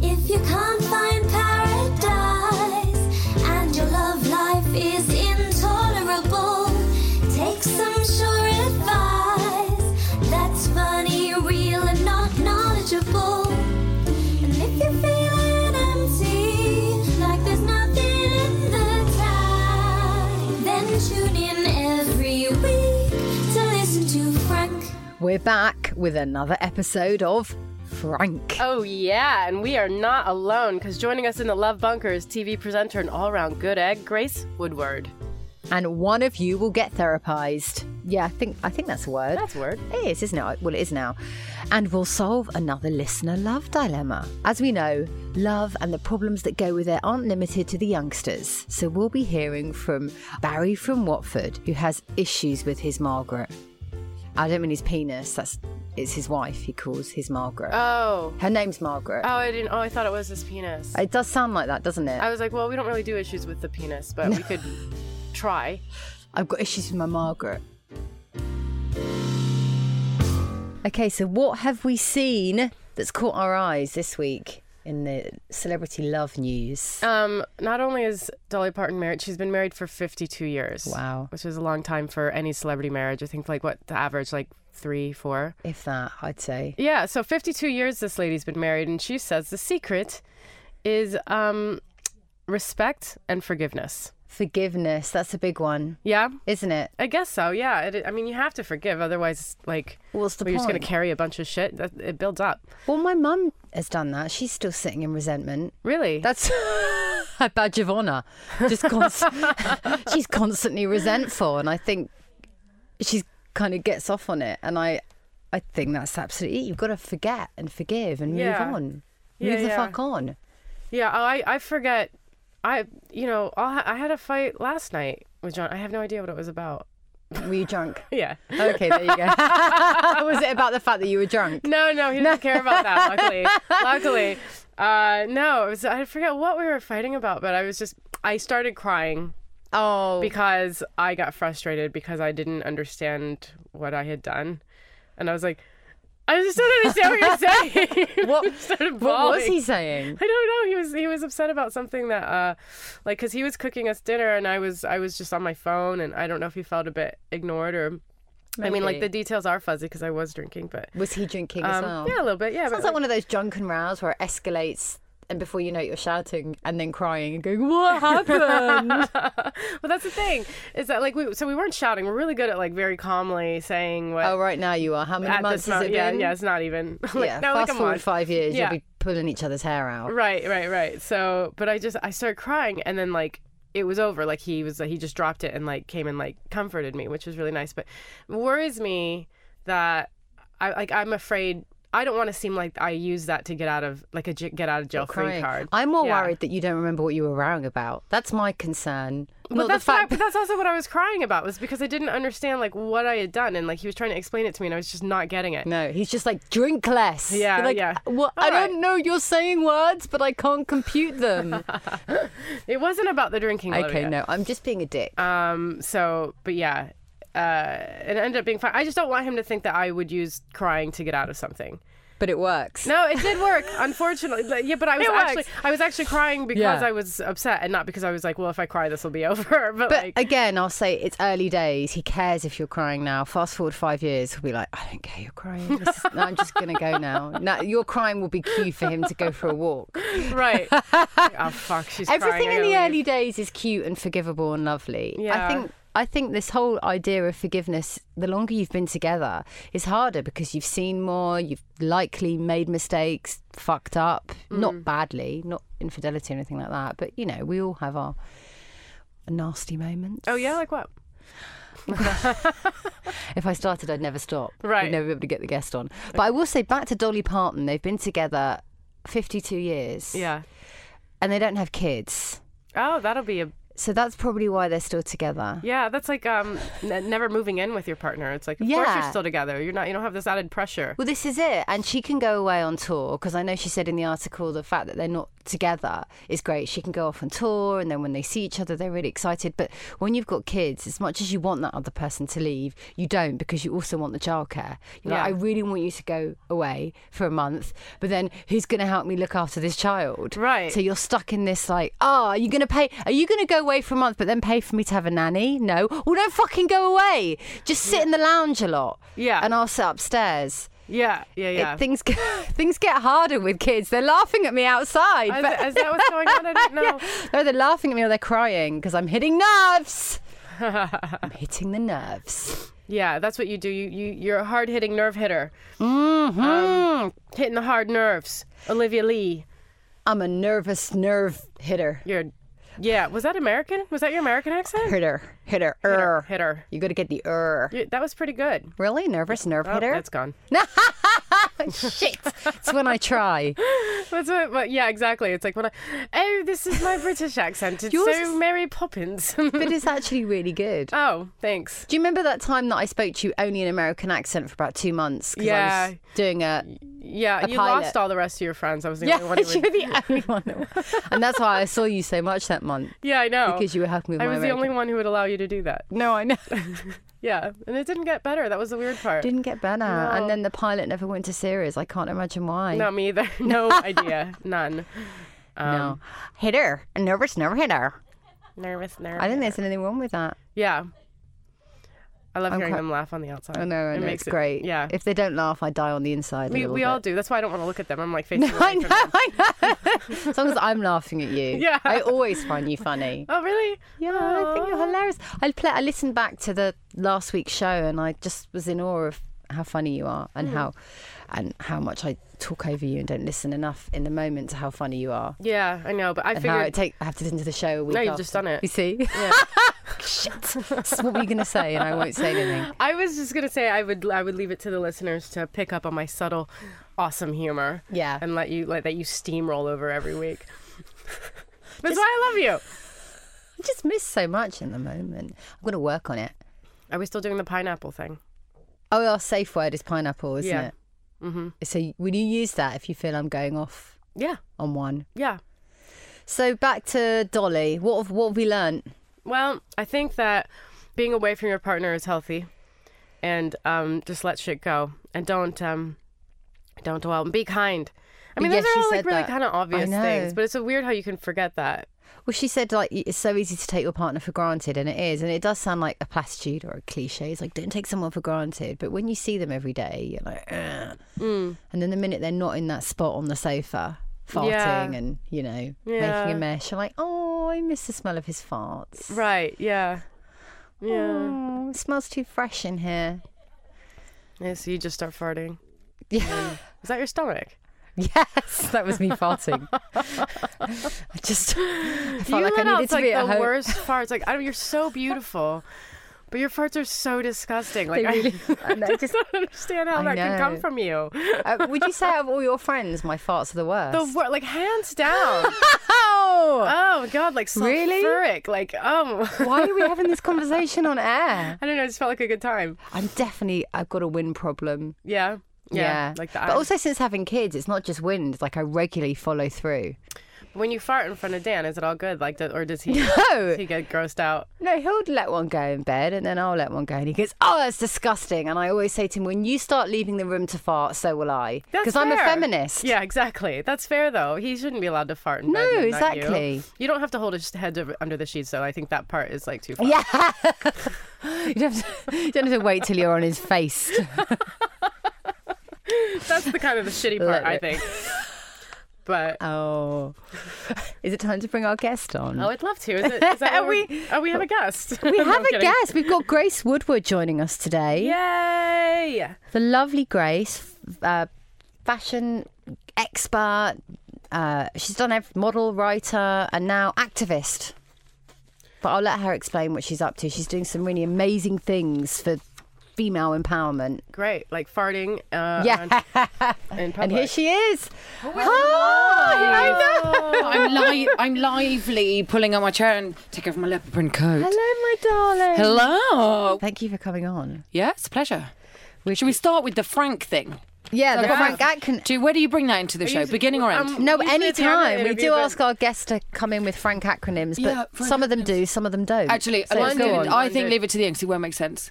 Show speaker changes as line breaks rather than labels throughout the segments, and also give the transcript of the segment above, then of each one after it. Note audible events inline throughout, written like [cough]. you can't find paradise and your love life is intolerable, take some sure advice that's funny, real, and not knowledgeable. And if you're feeling empty, like there's nothing in the tank, then tune in every week to listen to Frank.
We're back with another episode of Frank.
Oh, yeah, and we are not alone because joining us in the Love Bunker is TV presenter and all round good egg, Grace Woodward.
And one of you will get therapized. Yeah, I think I think that's a word.
That's a word.
It is, isn't it? Well, it is now. And we'll solve another listener love dilemma. As we know, love and the problems that go with it aren't limited to the youngsters. So we'll be hearing from Barry from Watford, who has issues with his Margaret. I don't mean his penis. That's it's his wife. He calls his Margaret.
Oh.
Her name's Margaret.
Oh, I didn't. Oh, I thought it was his penis.
It does sound like that, doesn't it?
I was like, well, we don't really do issues with the penis, but we [laughs] could try.
I've got issues with my Margaret. Okay, so what have we seen that's caught our eyes this week in the celebrity love news?
Um, not only is Dolly Parton married, she's been married for 52 years.
Wow.
Which is a long time for any celebrity marriage. I think, like, what the average, like three, four?
If that, I'd say.
Yeah, so 52 years this lady's been married, and she says the secret is um, respect and forgiveness.
Forgiveness, that's a big one,
Yeah,
isn't it?
I guess so. Yeah, it, I mean, you have to forgive, otherwise, like,
What's the
well, you're just gonna
point?
carry a bunch of shit. That, it builds up.
Well, my mum has done that. She's still sitting in resentment.
Really?
That's [laughs] a badge of honour. Just const- [laughs] she's constantly resentful, and I think she kind of gets off on it. And I, I think that's absolutely. You've got to forget and forgive and
Yeah.
move on.
Yeah,
move the
yeah.
fuck on.
yeah. Oh, I I forget. I you know I'll ha- I had a fight last night with John. I have no idea what it was about. [laughs]
Were you drunk?
Yeah.
Okay, there you go. [laughs] Was it about the fact that you were drunk?
No, no, he didn't care about that.
[laughs]
Luckily, luckily, uh, no. It was, I forget what we were fighting about, but I was just I started crying
Oh,
because I got frustrated because I didn't understand what I had done, and I was like, I just don't understand what
[laughs]
you're saying.
What-
I started
what was
bawling.
he saying?
[laughs] I don't know. He was he was upset about something that uh like cuz he was cooking us dinner and I was I was just on my phone and I don't know if he felt a bit ignored or I mean like
Maybe.
the details are fuzzy cuz I was drinking but
Was he drinking as
um,
well?
yeah a little bit. Yeah,
Sounds
but,
like one of those drunken rows where it escalates, and before you know it, you're shouting and then crying and going, "What happened?"
well that's the thing is that like we so we weren't shouting. We're really good at like very calmly saying what
Oh, right now you are. How many
Uh, at
months
this
has
mo-
it
yeah,
been?
yeah, it's not even [laughs] like,
Yeah,
no,
fast
like a
forward
month.
five years,
Yeah.
you'll be pulling each other's hair out.
Right, right, right. So, but I just I started crying, and then like it was over. Like he was he just dropped it and like came and like comforted me, which was really nice. But it worries me that I like I'm afraid I don't want to seem like I use that to get out of like a j- get out of jail free
Crying.
card.
I'm more
Yeah.
worried that you don't remember what you were rowing about. That's my concern.
But
Not the
that's, what I-
fact
but that's also what I was crying about was because I didn't understand like what I had done and like he was trying to explain it to me and I was just not getting it.
No, he's just like drink less.
Yeah,
You're like,
yeah.
What? I
All right. Oh,
don't know. You're saying words, but I can't compute them.
[laughs] It wasn't about the drinking.
okay,
Olivia.
no, I'm just being a dick.
Um, so, but yeah, uh, it ended up being fine. I just don't want him to think that I would use crying to get out of something.
but it works.
No, it did
[laughs]
work, unfortunately. Like, Yeah, but I was
It works.
actually I was actually crying because
Yeah.
I was upset and not because I was like, well, if I cry, this will be [laughs] over. But,
But [laughs]
like,
again, I'll say it's early days. He cares if you're crying now. Fast forward five years, he'll be like, I don't care, you're crying. This is- no, I'm just going to go
[laughs]
now. now. Your crying will be cue for him to go for a walk.
right? oh fuck, she's crying,
Everything
I
in the
gotta
early
leave.
days is cute and forgivable and lovely. I
Yeah.
think I think this whole idea of forgiveness, the longer you've been together, is harder because you've seen more, you've likely made mistakes, fucked up,
Mm.
not badly, not infidelity or anything like that. But you know, we all have our nasty moments.
Oh yeah, like what?
If I started, I'd never stop.
Right.
I'd never be able to get the guest on. But I will say, back to Dolly Parton, they've been together 52 years.
Yeah.
And they don't have kids.
Oh, that'll be a
So that's probably why they're still together.
yeah. That's like um, n- never moving in with your partner. It's like of course
Yeah.
you're still together. You're not. You don't have this added pressure.
Well, this is it. And she can go away on tour because I know she said in the article the fact that they're not together is great. She can go off on tour, and then when they see each other, they're really excited. But when you've got kids, as much as you want that other person to leave, you don't because you also want the childcare. You're
Yeah.
like, I really want you to go away for a month, but then who's going to help me look after this child?
Right.
So you're stuck in this like, oh, are you going to pay? Are you going to go away for a month, but then pay for me to have a nanny? No. Well, don't fucking go away. Just sit in the lounge a lot.
Yeah.
And I'll sit upstairs.
Yeah, yeah,
It-
yeah.
things [laughs] get, things get harder with kids. They're laughing at me outside. [laughs]
Is,
but-
that- is that what's going on? I didn't know.
[laughs] Yeah. No, they're laughing at me or they're crying because I'm hitting [laughs] nerves. I'm hitting the nerves.
Yeah, that's what you do. You you you're a hard hitting nerve hitter.
Mm-hmm.
Um, hitting the hard nerves. Olivia Lee.
I'm a nervous nerve hitter.
You're yeah. Was that American? Was that your American accent?
Hitter. Hitter. Er.
Hitter.
You got to get the er.
You- That was pretty good.
Really? Nervous nerve
Oh,
hitter?
that's gone.
Shit. it's when I try.
That's what, but yeah, exactly. It's like when I, oh, this is my British accent. It's
Yours
so
is-
Mary Poppins. [laughs]
But it's actually really good.
oh, thanks.
Do you remember that time that I spoke to you only in American accent for about two months? 'Cause I
Yeah.
was doing a
Yeah, you
pilot.
lost all the rest of your friends. I was the
yeah,
only one. Who
[laughs] you're
would...
the only one, that- and that's why I saw you so much that month
Yeah, I know.
because you were helping with
Oh, I
my
was the
American.
only one who would allow you to do that.
No, I know.
Yeah, and it didn't get better. That was the weird part.
Didn't get
[laughs]
better, and then the pilot never went to series. I can't imagine why.
Not me either.
[laughs]
[laughs] No idea. None. Um,
no. hitter, a nervous nerve hitter.
Nervous, nervous.
I don't think there's anything wrong with that.
Yeah. I love hearing
quite-
them laugh on the outside.
I know, I
It
know,
makes
it's
it-
great.
Yeah.
If they don't laugh, I die on the inside. a
we,
little
we all
bit.
do. That's why I don't want to look at them. I'm like facing away
[laughs] I
from
know,
them.
I know.
[laughs]
as long as I'm laughing at you,
Yeah.
I always find you funny.
Oh, really? Oh.
Yeah, I think you're hilarious. I play, I listened back to the last week's show, and I just was in awe of how funny you are,
Hmm.
and how, and how much I talk over you and don't listen enough in the moment to how funny you are.
Yeah, I know, but I
And how I
figured.
take I have to listen to the show a week.
No, you've
after.
just done it.
You see? [laughs] Shit. So what were you gonna say? And I won't say
[laughs]
anything.
I was just gonna say I would I would leave it to the listeners to pick up on my subtle, awesome humor.
Yeah.
and let you let that you steamroll over
[laughs]
every week. That's why I love you.
I just miss so much in the moment. I'm gonna work on it.
Are we still doing the pineapple thing?
Oh, our safe word is pineapple, isn't
Yeah.
it? Mm-hmm. So will you use that if you feel I'm going off
Yeah,
on one?
yeah.
So back to Dolly. What have, what have we learnt?
Well, I think that being away from your partner is healthy, and um, just let shit go and don't um, don't dwell and be kind. I mean,
yeah,
those
she
are all like
said
really
that.
kind of
I
obvious
know.
things, but it's so weird how you can forget that.
Well, she said like it's so easy to take your partner for granted, and it is, and it does sound like a platitude or a cliche. It's like don't take someone for granted, but when you see them every day, you're like, "Ugh."
Mm.
and then the minute they're not in that spot on the sofa farting
Yeah.
and you know
Yeah.
making a mess, you're like, oh, I miss the smell of his farts.
Right? Yeah. Mm, Yeah.
Oh, it smells too fresh in here. [laughs]
yeah. So you just start farting.
Yeah.
Is that your stomach?
yes, that was me
[laughs]
farting. I just I felt
you
like I
let out
needed to
like
be
the
at home. [laughs]
worst farts. Like I don't, you're so beautiful, but your farts are so disgusting. Like
They really- I know,
I just
just-
[laughs] don't understand how
I
that can come
know.
from you.
Uh, would you say out of all your friends, my farts are the worst?
The wor- like
[laughs]
hands down.
Oh!
oh god, like
Really?
sulfuric. Like um.
[laughs]
[laughs]
Why are we having [laughs] this conversation on air?
I don't know. It just felt like a good time.
I'm definitely I've got a wind problem.
Yeah. Yeah. Like that.
But also since having kids, it's not just wind. Like I regularly follow [laughs] through.
when you fart in front of Dan, is it all good? Like, do- or
[laughs]
does he?
No,
Does he get grossed out?
no, he'll let one go in bed, and then I'll let one go, and he goes, "Oh, that's disgusting." And I always say to him, "When you start leaving the room to fart, so will I,"
That's
because I'm a
fair.
feminist.
Yeah, exactly. That's fair though. He shouldn't be allowed to fart in bed.
No,
and not you.
exactly.
You. don't have to hold his head over- under the sheets though. I think that part is like too far.
Yeah. [laughs] you, don't have to, you don't have to wait till you're on his face. [laughs]
That's the kind of the shitty part, I
it-
think.
[laughs]
But
Oh. Is it time to bring our guest on?
oh, I'd love to. Is, it, is
[laughs]
that
Are
are we? Oh, we have a guest. [laughs]
we have a guest. We've got Grace Woodward joining us today.
Yay!
the lovely Grace, f- uh, fashion expert. Uh, she's done every model, writer, and now activist. But I'll let her explain what she's up to. She's doing some really amazing things for female empowerment.
Great, like farting. Uh,
Yeah. [laughs]
on- in
And here
public.
she is. Hi, I know.
I'm live. I'm lively, pulling on my chair and taking off my leopard print coat.
Hello, my darling.
Hello.
Thank you for coming on.
Yeah, it's a pleasure. Should we start with the Frank thing?
Yeah, the
So I've got my-
Frank Atkin.
Do where do you bring that into the show?
usually-
Beginning or end?
um,
No,
Usually at the end of the
anytime. We
interview,
do
but-
ask our guests to come in with Frank acronyms, but
Yeah, Frank
some of them do, some of them don't.
Actually,
so
let's
go
leave it-
on.
I
One
think
do.
leave it to the end because it won't make sense.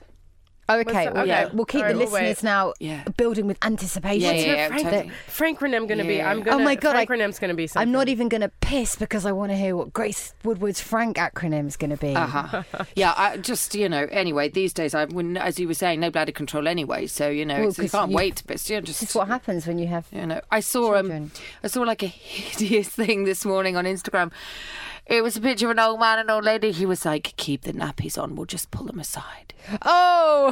Oh, okay,
that?
well,
Okay.
yeah. We'll keep
Sorry,
the
we'll wait.
listeners now
Yeah.
building with anticipation.
What's Yeah, her
Frank,
totally.
Frank Renem going to be.
Yeah.
I'm going to.
Oh my God,
Frank
I-
Renem's going to be something.
I'm not even going to piss because I want to hear what Grace Woodward's Frank acronym is going to be.
Uh-huh. yeah, I just you know. Anyway, these days I wouldn't, as you were saying, no bladder control anyway. So you know,
Well,
it's, you
'cause
can't
you-
wait. But you know, just
This is what happens when you have.
You know, I saw
Children.
um, I saw like a [laughs] hideous thing this morning on Instagram. It was a picture of an old man and old lady. He was like, "Keep the nappies on. We'll just pull them aside."
Oh,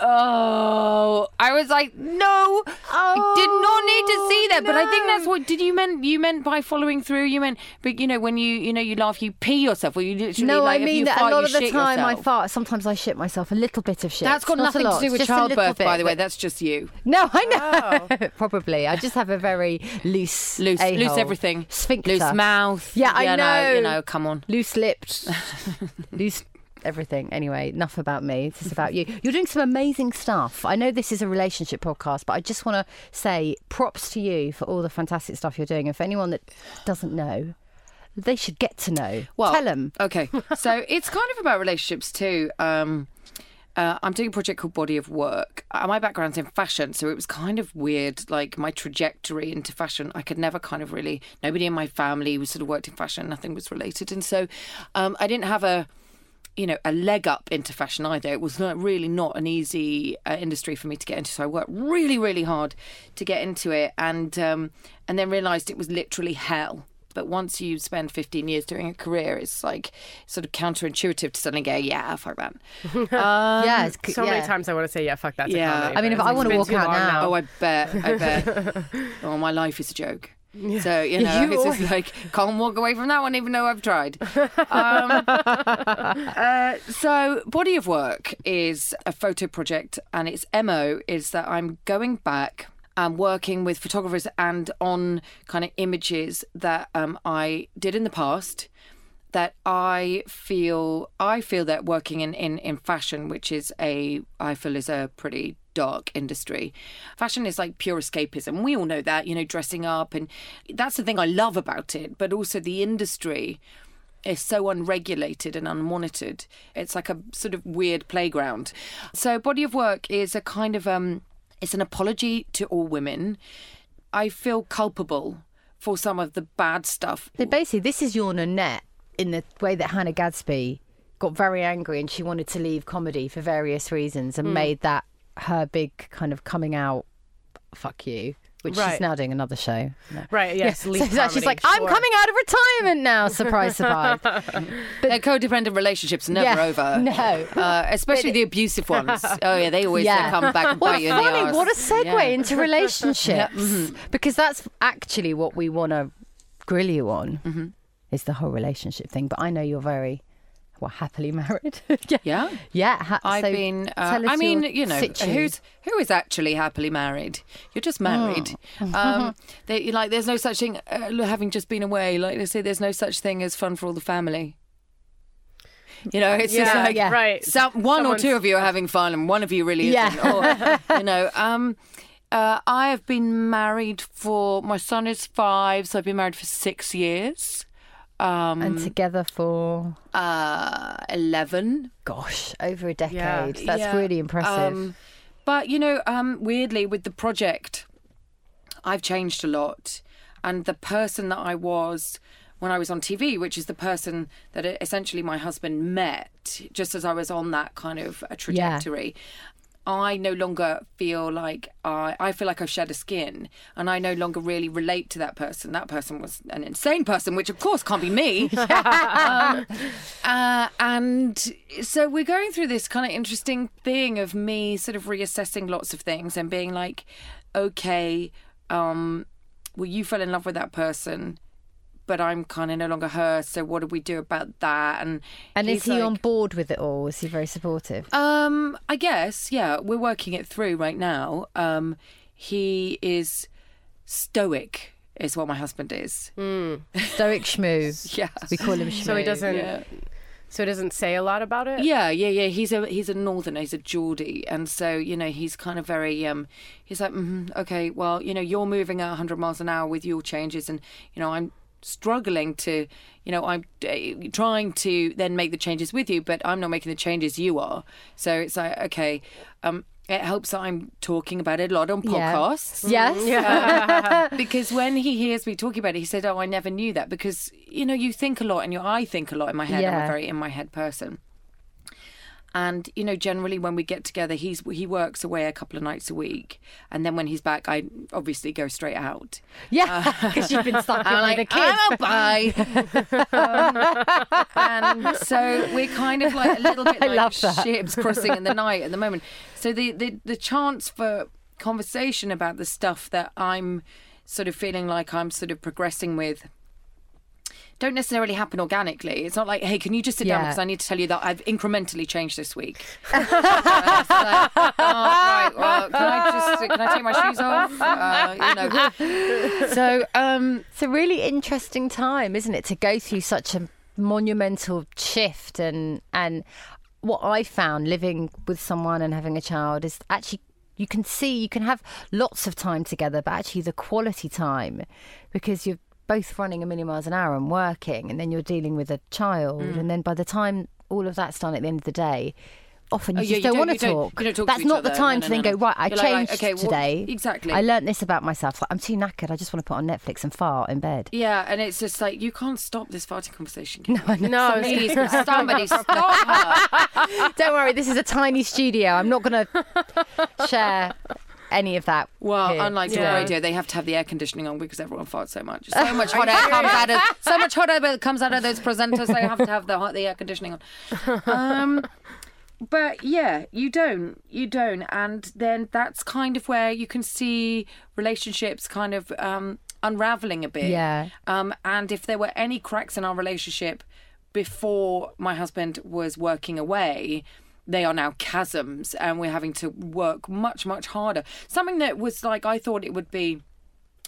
Oh, I was like, "No, I did not need
Oh,
to see that." But I think that's what did you meant? You meant by following through. You meant, but you know, when you you know you laugh, you pee yourself, or you literally
no! I
like, if you
mean that
fart,
a lot
you
of the
shit
time I
yourself.
fart. Sometimes I shit myself. A little bit of shit.
That's got
Not a
nothing to
lot,
do with
just a little
childbirth, by
bit,
the way.
but-
That's just you.
[laughs] No, I know. [laughs] Probably. I just have a very loose,
Loose,
a-hole.
loose everything.
sphincter,
Loose mouth.
Yeah, I
you You
know.
know, come on.
loose lipped, loose everything. Anyway, enough about me. This is about you. You're doing some amazing stuff. I know this is a relationship podcast, but I just want to say props to you for all the fantastic stuff you're doing. And for anyone that doesn't know, they should get to know.
Well,
Tell them. [laughs]
Okay. so it's kind of about relationships too. Um, uh, I'm doing a project called Body of Work. Uh, my background's in fashion, so it was kind of weird. Like my trajectory into fashion, I could never kind of really. Nobody in my family was sort of worked in fashion. Nothing was related, and so um, I didn't have a you know a leg up into fashion either it was not really not an easy uh, industry for me to get into so i worked really really hard to get into it and um, and then realized it was literally hell but once you spend 15 years doing a career it's like sort of counterintuitive to suddenly go yeah fuck that
yeah, it's, c-
So many
yeah.
times I want to say, yeah, fuck that.
Yeah.
I mean, if I wanna walk out now-
oh i bet [laughs] i bet oh my life is a joke so you know
You
it's just like can't walk away from that one even though
[laughs]
i've tried um, uh, so body of work is a photo project and its mo is that i'm going back and working with photographers and on kind of images that um, i did in the past that I feel I feel that working in, in, in fashion, which is a I feel is a pretty dark industry. Fashion is like pure escapism. We all know that, you know, dressing up and that's the thing I love about it, but also the industry is so unregulated and unmonitored. It's like a sort of weird playground. So body of work is a kind of um it's an apology to all women. I feel culpable for some of the bad stuff
So basically, this is your Nanette in the way that Hannah Gadsby got very angry and she wanted to leave comedy for various reasons and made that her big kind of coming out, fuck you, which she's
Right.
now doing another show. No.
Right.
[laughs]
Yes.
So
leave
she's
comedy,
like, I'm
sure.
coming out of retirement now. Surprise,
[laughs]
surprise.
Their codependent relationships are never
Yeah, [laughs]
over.
no.
Uh, especially
[laughs]
the abusive ones. Oh, yeah, they always
Yeah.
they come back and
What
bite
a
you in the
funny,
arse.
what a segue
Yeah. [laughs] Mm-hmm.
into relationships. Because that's actually what we want to grill you on
Mm-hmm.
is the whole relationship thing. But I know you're very, well, happily married. [laughs] yeah.
Yeah.
Yeah. ha-
I've
so
been. Uh,
tell us
I mean,
your
you know,
situ.
who's who is actually happily married? You're just married.
Oh. [laughs]
Um, they, like, there's no such thing. Uh, having just been away, like they say, there's no such thing as fun for all the family. You know, it's just
Yeah,
like
yeah.
right.
some, one or
Someone's-
two of you are having fun, and one of you really
Yeah.
isn't.
[laughs]
Or, you know, um, uh, I have been married for my son is five, so I've been married for six years. Um,
and together for
uh, eleven.
gosh over a decade.
Yeah.
That's
Yeah.
really impressive.
Um, but you know, um, weirdly, with the project, I've changed a lot, and the person that I was when I was on TV, which is the person that e-, essentially my husband met, just as I was on that kind of a trajectory. I no longer feel like I, I feel like I've shed a skin and I no longer really relate to that person. That person was an insane person, which of course can't be me. [laughs] um, uh, and so we're going through this kind of interesting thing of me sort of reassessing lots of things and being like, okay, um, well, you fell in love with that person. But I'm kind of no longer her, so what do we do about that? And
and is
he's
he
like-
on board with it all? Is he very supportive?
um, I guess, yeah, we're working it through right now. Um, he is stoic, is what my husband is.
Stoic schmoo.
Yeah.
[laughs] We call him schmoo.
So he doesn't. So it doesn't say a lot about it.
Yeah, yeah, yeah. He's a he's a northerner. He's a Geordie, and so you know he's kind of very um. He's like, mm okay, well, you know, you're moving at 100 miles an hour with your changes, and you know I'm struggling to, you know, I'm uh, trying to then make the changes with you, but I'm not making the changes you are. So it's like, okay, um, it helps that I'm talking about it a lot on
Yeah.
podcasts
Yes.
because when he hears me talking about it, he said, "Oh, I never knew that." Because you know, you think a lot, and your I think a lot in my head. I'm
Yeah.
a very in my head person. And you know, generally when we get together, he's he works away a couple of nights a week, and then when he's back, I obviously go straight out.
[laughs] Yeah. [laughs] Because you've been stuck in
I'm
with the
like,
kids.
I'm a bye. [laughs] um, and so we're kind of like a little bit
[laughs] I
like
love that.
ships crossing
[laughs]
in the night at the moment. So the, the the chance for conversation about the stuff that I'm sort of feeling like I'm sort of progressing with don't necessarily happen organically. It's not like, hey, can you just sit down
Yeah.
because I need to tell you that I've incrementally changed this week. [laughs] It's like, oh, right, well, can I just can I take my shoes off? Uh, you know. So um,
It's a really interesting time, isn't it, to go through such a monumental shift and and what I found living with someone and having a child is actually you can see you can have lots of time together, but actually the quality time because you're both running a million miles an hour and working, and then you're dealing with a child,
Mm.
and then by the time all of that's done at the end of the day. Often you
Oh, yeah,
just
you
don't,
don't-
want
you
to
don't-
talk.
you don't talk to
That's
each
not the
other.
time
No,
to
no,
then
no.
go right. I
You're like, right,
changed
okay, well,
today.
exactly.
I learnt this about myself. Like, I'm too knackered. I just want to put on Netflix and fart in bed.
yeah, and it's just like you can't stop this farting conversation. can you?
[laughs] No. I was
Please, somebody stop her.
[laughs] Don't worry, this is a tiny studio. I'm not [laughs] going to share any of that.
Well,
here.
unlike
Yeah.
the radio, they have to have the air conditioning on because everyone farts so much. So
[laughs]
much hot air comes out of so much hot air comes out of those presenters. They have to have the hot, the air conditioning on.
[laughs]
Um, but yeah, you don't, you don't, and then that's kind of where you can see relationships kind of um, unraveling a bit.
Yeah.
Um, and if there were any cracks in our relationship before my husband was working away, they are now chasms, and we're having to work much, much harder. Something that was like I thought it would be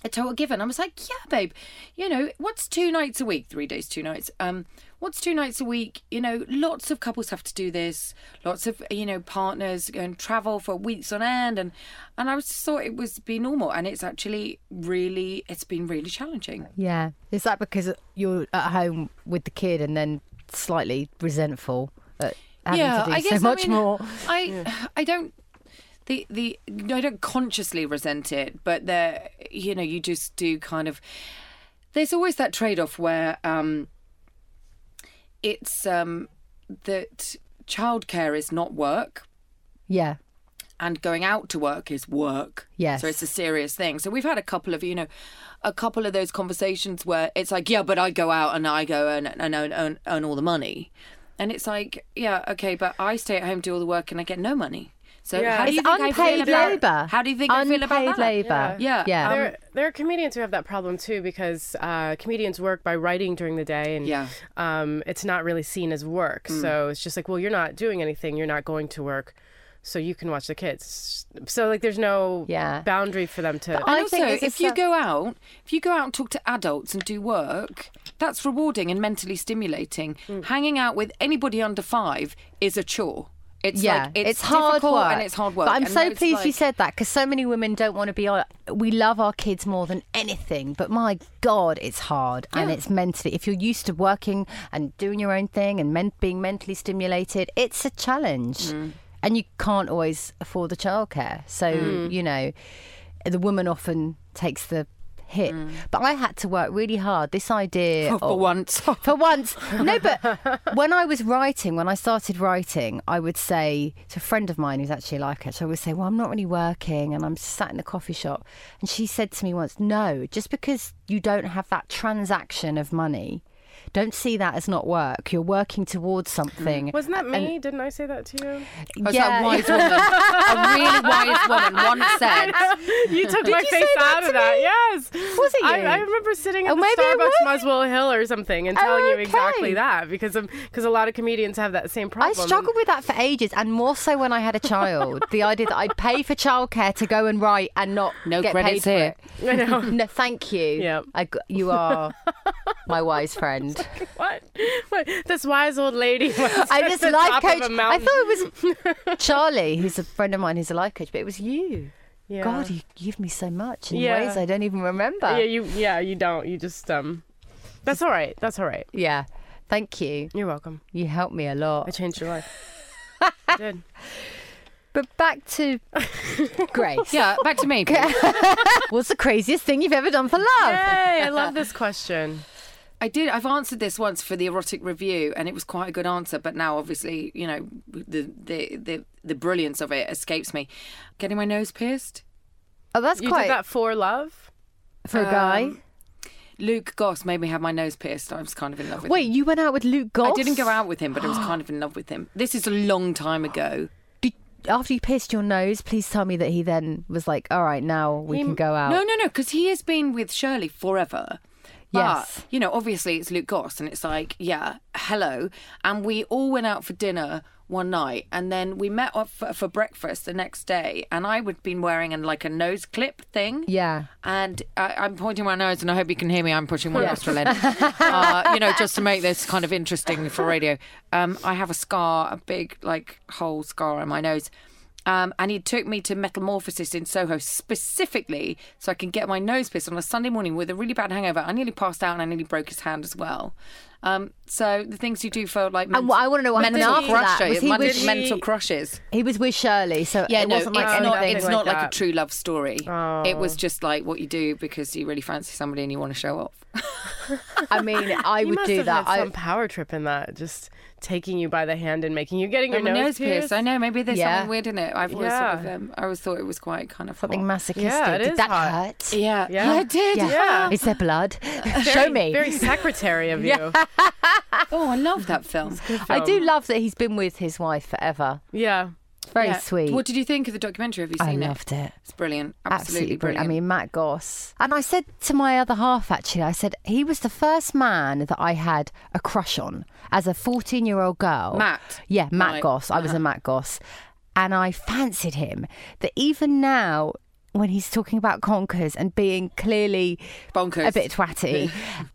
a total given. I was like, yeah, babe, you know, what's two nights a week? Three days, two nights. Um, what's two nights a week? You know, lots of couples have to do this. Lots of you know partners go and travel for weeks on end, and and I was just thought it was be normal, and it's actually really, it's been really challenging.
Yeah. Is that because you're at home with the kid and then slightly resentful at having to do so much
mean,
more?
I I don't the the I don't consciously resent it, but there you know you just do kind of. There's always that trade off where um, it's um, that childcare is not work
Yeah.
and going out to work is work.
Yes.
So it's a serious thing. So we've had a couple of, you know, a couple of those conversations where it's like, yeah, but I go out and I go and, and earn, earn, earn all the money. And it's like, yeah, okay, but I stay at home, do all the work, and I get no money. So
Yeah.
how do
It's
you think I feel
unpaid
about
labour.
How do you think I feel about
Unpaid
that?
labour.
Yeah.
Yeah.
Um,
there, there are comedians who have that problem too because uh, comedians work by writing during the day and
Yeah.
um, it's not really seen as work. So it's just like, well, you're not doing anything, you're not going to work, so you can watch the kids. So like, there's no
Yeah.
boundary for them to.
I
And also,
think this is
if you
a-
go out, if you go out and talk to adults and do work, that's rewarding and mentally stimulating.
Mm.
Hanging out with anybody under five is a chore. It's
yeah,
like, it's,
hard
difficult
work,
and it's hard work.
But I'm
And
so
it's
pleased you
like-
said that because so many women don't want to be. on- We love our kids more than anything, but my God, it's hard and it's mentally. If you're used to working and doing your own thing and men- being mentally stimulated, it's a challenge,
Mm.
and you can't always afford the childcare. So
Mm.
you know, the woman often takes the hit.
Mm.
But I had to work really hard. This
[laughs]
idea
Oh, for
of,
once.
Oh. [laughs] for once. No, but when I was writing, when I started writing, I would say to a friend of mine who's actually like it, I would say, Well, I'm not really working and I'm sat in the coffee shop. And she said to me once, No, just because you don't have that transaction of money, don't see that as not work. You're working towards something.
Mm. Wasn't that me? Didn't I say that
[laughs]
to
I was Oh, that wise woman, a really wise woman
[laughs]
once said.
you? You took my
you
face
say that
out
to
of that.
me?
Yes.
Was it
I,
you?
I remember sitting at
Oh,
the
maybe it
Starbucks
was. Oh,
Muswell Hill or something and telling you
okay.
exactly that because because a lot of comedians have that same
I
problem. and-
struggled with that for ages, and more so when I had a child. the idea that I'd pay for childcare to go and write and not
No
get [laughs]
credits
paid for
here.
it. no, thank you.
Yep.
I g you are my wise
[laughs]
friend.
What? what? This wise
[laughs]
old lady.
I
[laughs]
just life coach. I
mountain.
thought it
[laughs]
was Charlie, who's a friend of mine who's a life coach, but it was you.
yeah.
God, you give me so much in
Yeah.
ways I don't even remember.
Yeah, you. Yeah, you don't. You just um. That's all right. That's all right.
Yeah. Thank you.
You're welcome.
You helped me a
I
lot.
changed your life.
[laughs]
I did.
But back to [laughs] Grace.
Yeah, back to me.
What's the craziest thing you've ever done for love?
Hey, I
[laughs]
love this question.
I did. I've answered this once for the erotic review, and it was quite a good answer. But now, obviously, you know, the the the, the brilliance of it escapes me. Getting my nose pierced.
Oh, that's
You
quite
did that um, for love.
for a guy.
Luke Goss made me have my nose pierced. I was kind of in love with.
Wait, you went out with Luke Goss?
him. I didn't go out with him, but I was kind of in love with him. This is a long time ago.
Did, after you pierced your nose, please tell me that he then was like, "All right, now we can go out."
No, no, no, because he has been with Shirley forever.
Yes.
But, you know, obviously it's Luke Goss, and it's like, yeah, hello. And we all went out for dinner one night, and then we met up for, for breakfast the next day, and I would been wearing an, like a nose clip thing.
Yeah.
And I, I'm pointing my nose, and I hope you can hear me. I'm pushing my nostril in, uh, you know, just to make this kind of interesting for radio. Um, I have a scar, a big like whole scar on my nose. Um, and he took me to Metamorphosis in Soho specifically so I can get my nose pierced on a Sunday morning with a really bad hangover. I nearly passed out and I nearly broke his hand as well. Um, so the things you do for like
And what I want to know what happened
mental
after that.
crushes,
Was he
mental,
with- Did he-
mental crushes.
He was with Shirley, so
Yeah,
it
no,
wasn't like
it's not.
anything-
It's
like
not like, Oh.
that.
a true love story. It was just like what you do because you really fancy somebody and you want to show off.
I
[laughs]
mean, I
You
would
must
do
have
that.
Had
I,
some power trip in that, just taking you by the hand and making you getting your
My
nose, pierced.
I know. Maybe there's
Yeah.
something weird in it. I've always
Yeah.
sort of. Um, I always thought it was quite kind of
something
hot.
masochistic.
Yeah, it
Did
is
that
hot.
hurt?
Yeah.
Yeah.
yeah, I did.
Yeah.
Yeah.
Is there
[laughs]
blood? Show
Very-
me.
Very
[laughs]
secretary of you.
Oh, I love that film.
I do love that he's been with his wife forever.
Yeah.
It's very
Yeah.
sweet.
What did you think of the documentary? Have you
I
seen it?
loved it.
It's brilliant.
Absolutely
Absolutely,
brilliant.
brilliant.
I mean, Matt Goss. And I said to my other half, actually, I said, he was the first man that I had a crush on as a 14 year old girl.
Matt?
Yeah, Matt
Right. Uh-huh.
Goss. I was a Matt Goss. And I fancied him. That even now, when he's talking about conkers and being clearly
bonkers.
a bit twatty.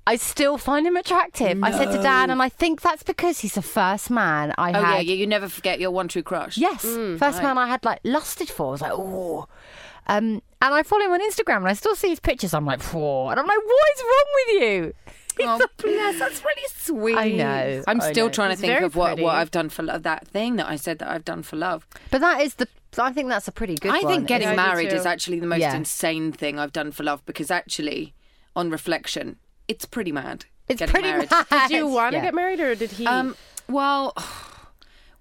I still find him attractive. I said to Dan, and I think that's because he's the first man I
Oh
had.
yeah, yeah. You never forget your one true crush.
Yes, first man I had like lusted for. I was like, oh. Um, and I follow him on Instagram, and I still see his pictures. I'm like, whoa, and I'm like, what is wrong with you? [laughs]
Oh, bless. That's really sweet.
I know,
I'm
I
still
know.
trying to
It's
think
very
of what,
pretty.
what I've done for love. That thing that I said that I've done for love.
But that is the. I think that's a pretty good.
I
one.
think getting
I do
married
too.
is actually the most
Yeah.
insane thing I've done for love because actually, on reflection, it's pretty mad.
it's
getting
pretty
married.
mad.
Did you want to
Yeah.
get married or did he?
Um, well, [sighs]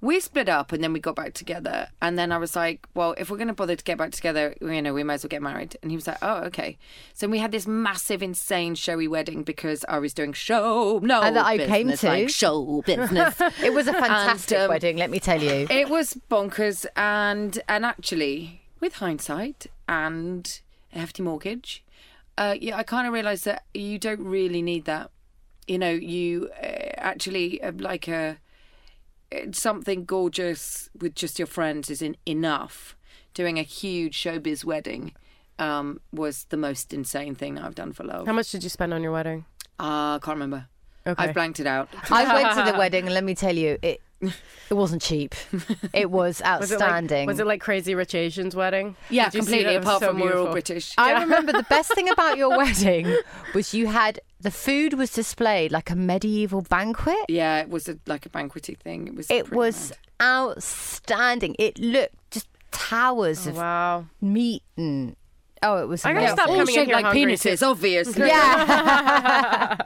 we split up and then we got back together, and then I was like, well, if we're going to bother to get back together, you know, we might as well get married. And he was like, oh, okay. So we had this massive, insane, showy wedding because I was doing show no
And that I came
business,
to.
like show business.
[laughs] It was a fantastic
um,
wedding, let me tell [laughs] you.
it was bonkers and and actually with hindsight and a hefty mortgage uh yeah i kind of realized that you don't really need that you know you uh, actually uh, like a it's something gorgeous with just your friends isn't enough doing a huge showbiz wedding um was the most insane thing i've done for love
How much did you spend on your wedding?
uh can't remember
Okay.
i've blanked it out
I went to the wedding, and let me tell you, it it wasn't cheap. It [laughs] was
Was it like-
outstanding.
Was it like Crazy Rich Asians' wedding?
yeah
Did you see that?
completely
It was
apart
so
from we're all
beautiful.
british
I remember the best thing about your wedding was you had the food was displayed like a medieval banquet.
yeah it was a, like a banqueting thing it was
It
pretty mad.
was outstanding. It looked just towers of
Oh, Wow.
meat and oh, it was.
I gotta
amazing.
stop coming in
shaped
here
like
hungry, Mm-hmm.
penises, obviously.
Yeah.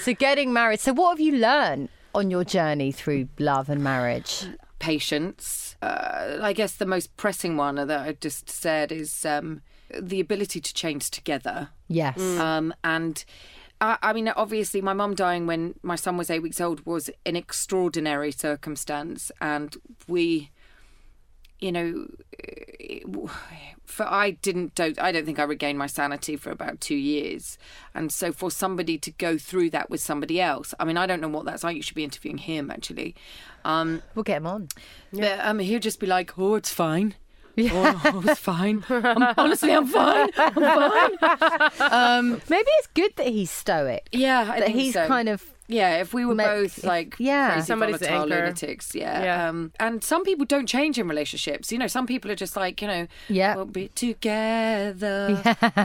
so getting married. So what have you learned on your journey through love and marriage?
Patience. Uh, I guess the most pressing one that I just said is um, the ability to change together.
Yes.
Um, and I, I mean, obviously, my mum dying when my son was eight weeks old was an extraordinary circumstance, and we, you know, it- for I didn't don't I don't think I regained my sanity for about two years, and so for somebody to go through that with somebody else, I mean, I don't know what that's like. You should be interviewing him actually. Um,
We'll get him on.
but um, he'll just be like, "Oh, it's fine." Oh, I was fine. I'm, honestly,
[laughs]
I'm fine. I'm fine. Um,
Maybe it's good that he's stoic.
yeah, I
That
think
he's
so.
kind of
Yeah, if we were
Mix-
both like
yeah.
crazy
Somebody's the
volatile
anchor.
lunatics, yeah.
Yeah.
Um, and some people don't change in relationships. You know, some people are just like you know,
Yeah.
we'll
[laughs]
be together forever.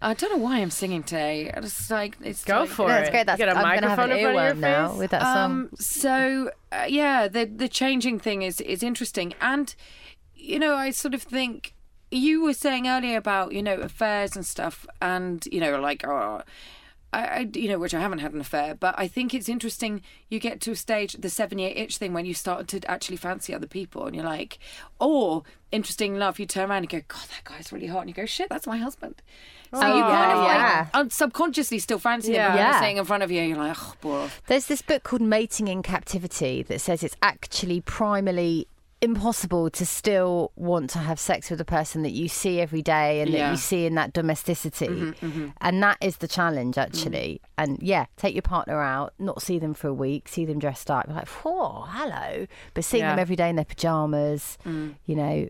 I don't know why I'm singing today. I just like it's
Go
like-
for
Yeah,
it.
that's great. That's
you get a
I'm gonna have
microphone
an
in front
earworm
of your
now
face.
with that song.
Um, so uh, yeah, the the changing thing is is interesting, and you know, I sort of think you were saying earlier about you know affairs and stuff, and you know, like oh. I, I, you know, which I haven't had an affair, but I think it's interesting. You get to a stage, the seven-year itch thing, when you start to actually fancy other people, and you're like, or interesting love. You turn around and go, God, that guy's really hot, and you go, shit, that's my husband. So you kind of
Oh, yeah.
like un- subconsciously still fancy him, but when
Yeah.
they're sitting in front of you, you're like, oh, bore off.
There's this book called Mating in Captivity that says it's actually primally impossible to still want to have sex with a person that you see every day and that
Yeah.
you see in that domesticity.
Mm-hmm,
And that is the challenge,
Mm.
actually. And yeah, take your partner out, not see them for a week, see them dressed up. Like, whoa, hello. But seeing them
Yeah. Mm.
every day in their pajamas, you know,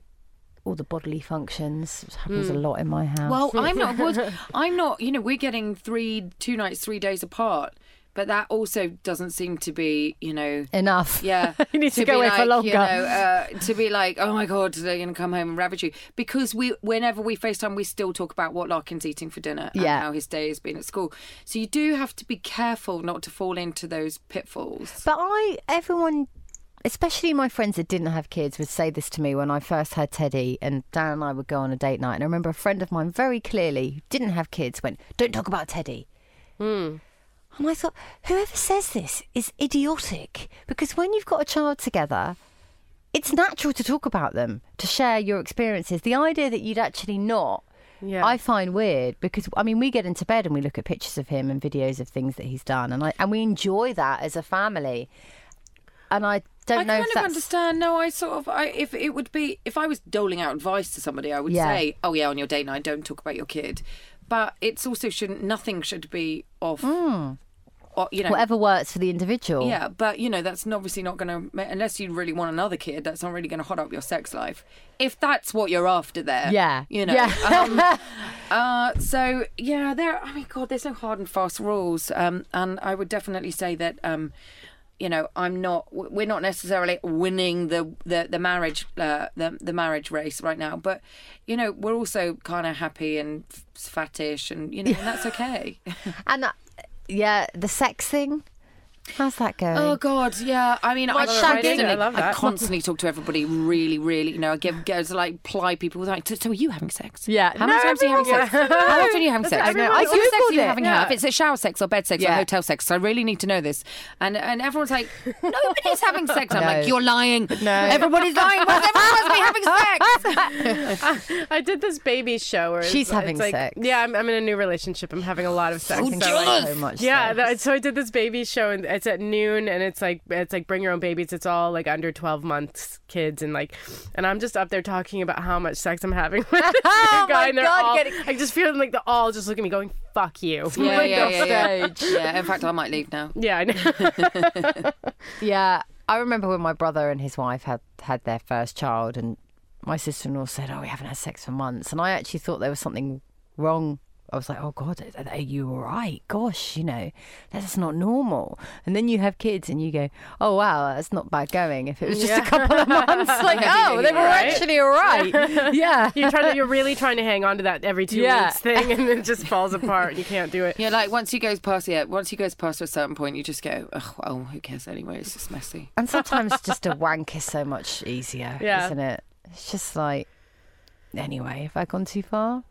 all the bodily functions which happens
Mm.
a lot in my house.
Well, I'm not.
[laughs]
was- I'm not. You know, we're getting three, two nights, three days apart, but that also doesn't seem to be. You know.
enough.
Yeah,
[laughs] you need to,
be
go away for
like,
longer.
You know, uh, to be like, oh my god, they're going to come home and ravage you. Because we, whenever we FaceTime, we still talk about what Larkin's eating for dinner
Yeah.
and how his day has been at school. So you do have to be careful not to fall into those pitfalls.
But I, everyone, especially my friends that didn't have kids, would say this to me when I first had Teddy, and Dan and I would go on a date night. And I remember a friend of mine very clearly, who didn't have kids, went, Don't talk about Teddy. And I thought, whoever says this is idiotic. Because when you've got a child together, it's natural to talk about them, to share your experiences. The idea that you'd actually not,
Yeah.
I find weird because, I mean, we get into bed and we look at pictures of him and videos of things that he's done. And, I, and we enjoy that as a family. And I don't
I
know
kind
if
of
that's.
understand. No, I sort of. I, if it would be, if I was doling out advice to somebody, I would
Yeah.
say, "Oh yeah, on your date night, don't talk about your kid." But it's also shouldn't. Nothing should be off. Or, you know.
Hmm. Whatever works for the individual.
Yeah, but you know that's obviously not going to unless you really want another kid. That's not really going to hot up your sex life. If that's what you're after, there.
Yeah.
You know.
Yeah.
Um,
[laughs]
uh, so yeah, there. I mean, God, there's no hard and fast rules, um, and I would definitely say that. Um, you know, I'm not. w- We're not necessarily winning the the the marriage uh, the the marriage race right now, but you know, we're also kind of happy and f- fattish, and you know, and that's okay.
[laughs] And uh, yeah, the sex thing, how's that going?
Oh God, yeah. I mean, I,
Well,
I
constantly,
did. I love that.
constantly talk to everybody. Really, really, you know, I give goes like ply people with like. So, so are you having sex?
Yeah.
How
No,
many times are you having
everyone-
sex? How often are you having sex?
what everyone-
I
I
sort of sex
Googled
are you
it.
having
Yeah.
yeah. If it's a shower sex or bed sex or
Yeah.
hotel sex, so I really need to know this. And and everyone's like, nobody's having sex. I'm
No.
like, you're lying. No,
[laughs]
everybody's lying. Why does everyone must be having sex?
I did this baby shower.
She's
It's
having
like-
sex.
Yeah, I'm, I'm in a new relationship. I'm having a lot of sex.
Things
so,
like
like,
so much
yeah,
sex.
that, so I did this baby show, and it's at noon, and it's like it's like bring your own babies. It's all like under twelve months kids, and like, and I'm just up there talking about how much sex I'm having [laughs] with this
[laughs] Oh,
new guy,
my
and they're
God,
all,
getting-
I just feel like they're all just looking at me, going "fuck you."
Yeah,
Like,
yeah, yeah, yeah, yeah. In fact, I might leave now.
yeah, I know.
Yeah, I remember when my brother and his wife had had their first child, and my sister in law said, "Oh, we haven't had sex for months," and I actually thought there was something wrong. I was like, "Oh God, are- are you all right? Gosh, you know, that's not normal." And then you have kids, and you go, "Oh wow, that's not bad going." If it was just a couple of
[laughs]
months, like, oh, they were
Right?
actually all
[laughs]
right. yeah,
You're trying to, you're really trying to hang on to that every two
Yeah.
weeks thing, and it just falls apart, and you can't do it.
[laughs] Yeah, like once he goes past, yeah, once he goes past a certain point, you just go, oh, well, who cares anyway? It's just messy.
and sometimes just a wank is so much easier,
Yeah.
isn't it? It's just like, anyway, have I gone too far?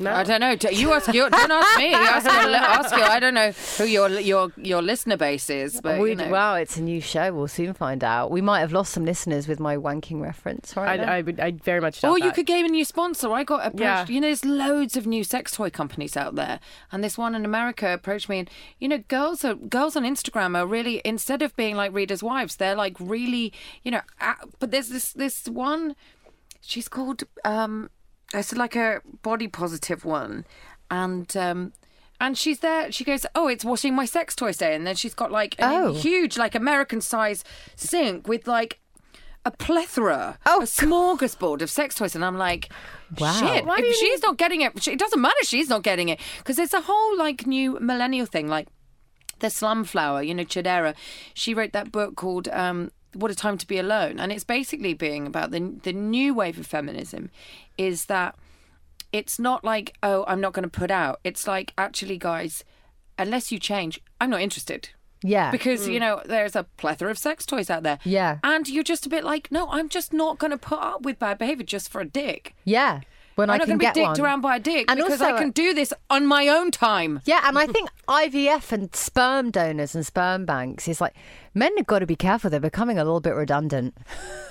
No.
I don't know. T- You ask your, don't ask me. You ask your, ask your. I don't know who your your your listener base is, but
we,
you know.
Well, it's a new show. We'll soon find out. We might have lost some listeners with my wanking reference. Right now.
I, I would, I very much. doubt
or you
that.
could get a new sponsor. I got approached.
Yeah.
You know, there's loads of new sex toy companies out there, and this one in America approached me. And you know, girls are girls on Instagram are really instead of being like readers' wives, they're like really, you know. Uh, but there's this this one. She's called. um It's like a body positive one, and. um and she's there. She goes, "Oh, it's washing my sex toys day," and then she's got like a
Oh.
huge, like American size sink with like a plethora,
Oh,
a smorgasbord of sex toys, and I'm like,
Wow.
shit.
Why do you
if she's not getting it, she- it doesn't matter. She's not getting it because there's a whole like new millennial thing, like the slum flower. You know, Chidera. She wrote that book called. Um, what a time to be alone, and it's basically being about the the new wave of feminism, is that it's not like oh I'm not going to put out. It's like actually, guys, unless you change, I'm not interested
Yeah. Mm.
because you know there's a plethora of sex toys out there.
Yeah.
and you're just a bit like, no, I'm just not going to put up with bad behavior just for a dick.
yeah. When
I'm
I
not
can
gonna
get
be dicked
one.
around by a dick
And
because
also-
I can do this on my own time.
Yeah, and I
[laughs]
think IVF and sperm donors and sperm banks is like men have got to be careful. They're becoming a little bit redundant.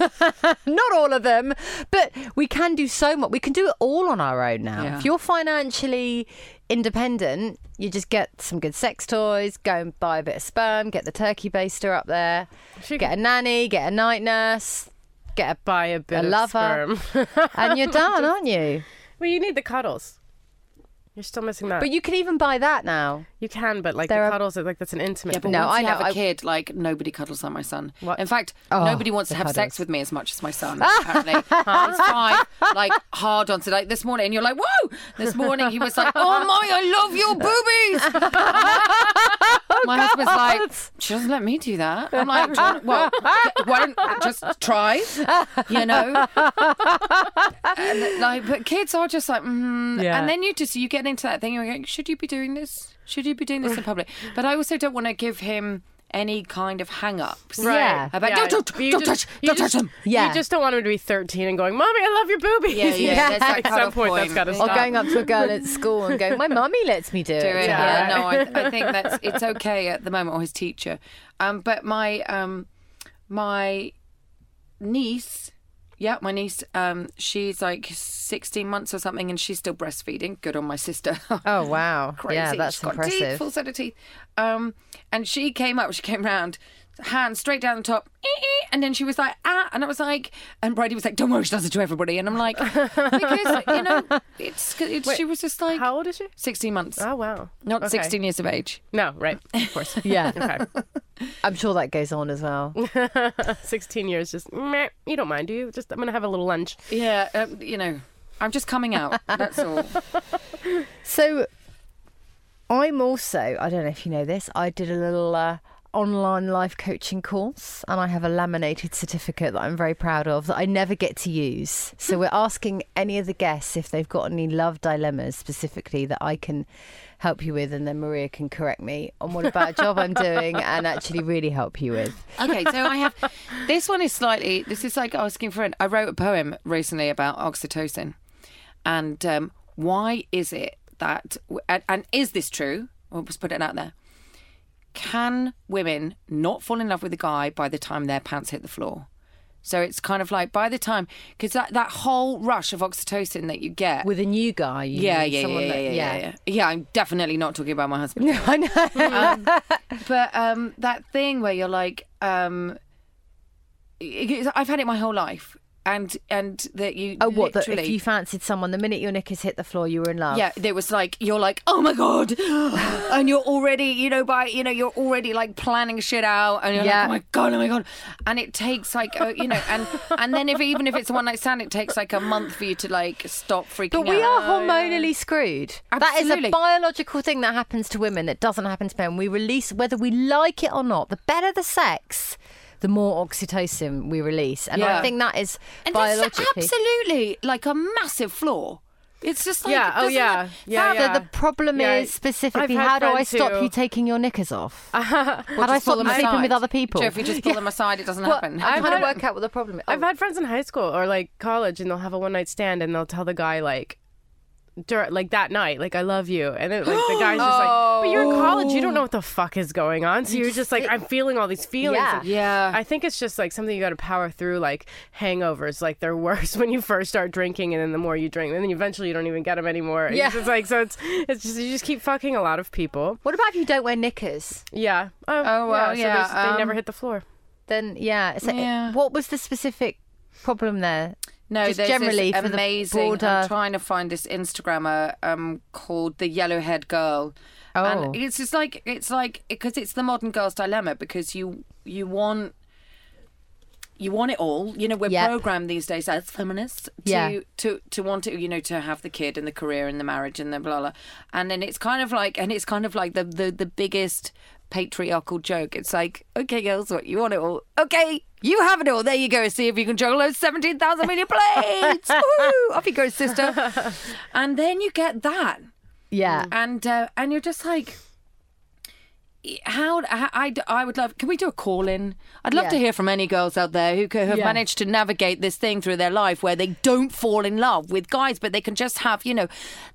[laughs] Not all of them, but we can do so much. We can do it all on our own now.
Yeah.
If you're financially independent, you just get some good sex toys, go and buy a bit of sperm, get the turkey baster up there,
She
get a nanny, get a night nurse, get a.
buy a bit
A
of
lover.
sperm. [laughs]
And you're
[laughs]
done, aren't you?
well, you need the cuddles. You're still missing that.
But you can even buy that now.
you can, but like the
There are-
cuddles are like that's an intimate.
Yeah, but
thing.
No,
once
I
you
know,
have a
I-
kid, like nobody cuddles like my son.
What?
In fact,
Oh,
nobody wants to
the
have
cuddles.
sex with me as much as
[laughs]
my son. Apparently, he's five, like hard on to like this morning. And you're like, whoa! This morning he was like, oh my, I love
[laughs]
your boobies.
Oh,
my husband's like, she doesn't let me do that. I'm like, "Do you want- well, why don't just try? You
[laughs]
know, and, like, but kids are just like, mm.
Yeah.
and then you just you get into that thing. You're going, should you be doing this? Should you be doing this in public? But I also don't want to give him any kind of hang-ups.
Right.
Yeah.
About,
Yeah.
don't, don't,
You
don't
just-
touch,
you
don't
just-
touch him.
Yeah.
You just don't want him to be 13 and going, Mommy, I love your boobies.
Yeah,
[laughs]
yeah, there's that
At some
cut-off
point, that's
point.
got to
Or
Or
stop.
going up to a girl at school and going, "My mummy lets me do it."
[laughs] do it.
Yeah.
Yeah, no, I, I think that's it's okay at the moment, or his teacher. Um, but my um, my niece, yeah, my niece, um, she's like sixteen months or something, and she's still breastfeeding. Good on my sister. [laughs]
Oh wow!
Crazy.
Yeah, that's
she's got
impressive.
teeth, full set of teeth. Um, and she came up, she came round, hand straight down the top, "Eh, eh," and then she was like, ah, and I was like, and Brady was like, don't worry, she does it to everybody, and I'm like, because you know, it's, it's she was just like
How old is she?
sixteen months.
Oh, wow.
Not
Okay.
16 years of age.
No, right. Of
[laughs]
course.
Yeah,
Okay.
I'm sure that goes on as well.
16 years, just, meh, you don't mind, do you? Just, I'm going to have a little lunch.
Yeah, um, you know, I'm just coming out. That's all.
So, I'm also, I don't know if you know this, I did a little uh, online life coaching course and I have a laminated certificate that I'm very proud of that I never get to use.
Hmm.
So, we're asking any of the guests if they've got any love dilemmas specifically that I can help you with, and then Maria can correct me on what about a job I'm doing and actually really help you with.
Okay, so I have this one is slightly. This is like asking for an. I wrote a poem recently about oxytocin, and um, why is it that? And, and is this true? I'll just put it out there. Can women not fall in love with a guy by the time their pants hit the floor? So it's kind of like by the time because that that whole rush of oxytocin that you get
With a new guy, you
Yeah,
mean,
yeah, yeah,
someone
yeah,
that-
yeah, yeah, yeah. Yeah, I'm definitely not talking about my husband.
[laughs] I know.
but um, that thing where you're like, um, it- it's- I've had it my whole life, and and that you
Oh, what? That
[laughs] literally,
if you fancied someone, the minute your knickers hit the floor, you were in love.
yeah, there was like you're like, oh my god,
[gasps]
and you're already, you know, by you know, you're already like planning shit out, and you're
Yeah.
like, oh my god, oh my god, and it takes like, oh, you know, and and then if even if it's a one night stand, it takes like a month for you to like stop freaking.
But we are
out.
hormonally screwed. That is a
Absolutely.
biological thing that happens to women that doesn't happen to men. We release, whether we like it or not, the better the sex, the more oxytocin we release. And I
Yeah.
think that is
And that's
biologically.
absolutely like a massive flaw. It's just like
Yeah,
it
oh,
doesn't
yeah.
have-
Yeah,
that-
So the problem
Yeah,
is specifically,
I've had
how do I
friends
stop
who-
you taking your knickers off?
Or
Had I
just pull
stopped
them
sleeping
aside.
with other people?
Joe, if you just pull them aside, it doesn't
Well,
happen.
I'm trying
had-
to work out what the problem is. Oh,
I've had friends in high school or like college, and they'll have a one night stand, and they'll tell the guy like, dur- like that night, like I love you, and then like the guy's just like, but you're in college, you don't know what the fuck is going on, so you're just like, I'm feeling all these feelings.
Yeah.
And
[laughs] Yeah.
I think it's just like something you got to power through, like hangovers, like they're worse [laughs] when you first start drinking, and then the more you drink, and then eventually you don't even get them anymore. And
Yeah.
it's just like so it's it's just you just keep fucking a lot of people.
what about if you don't wear knickers?
Yeah. Oh,
well,
so
yeah,
there's- they
um,
never hit the floor.
Then, yeah. So
Yeah.
What was the specific problem there?
no,
just
there's
generally
this
for the
amazing.
broader-
I'm trying to find this Instagrammer um, called the Yellowhead Girl.
Oh.
And it's just like it's like because it's the modern girl's dilemma because you you want you want it all. You know, we're
Yeah.
programmed these days as feminists to
Yeah.
to to want it. You know, to have the kid and the career and the marriage and the blah blah. And then it's kind of like, and it's kind of like the the the biggest patriarchal joke. It's like, okay, girls, what you want it all? Okay, you have it all. There you go. See if you can juggle those seventeen thousand
[laughs]
million plates. Woohoo! Off you go, sister. And then you get that
Yeah.
and uh, and you're just like how, how I, I would love can we do a call in i'd love
Yeah.
to hear from any girls out there who, c- who have
Yeah.
managed to navigate this thing through their life where they don't fall in love with guys but they can just have you know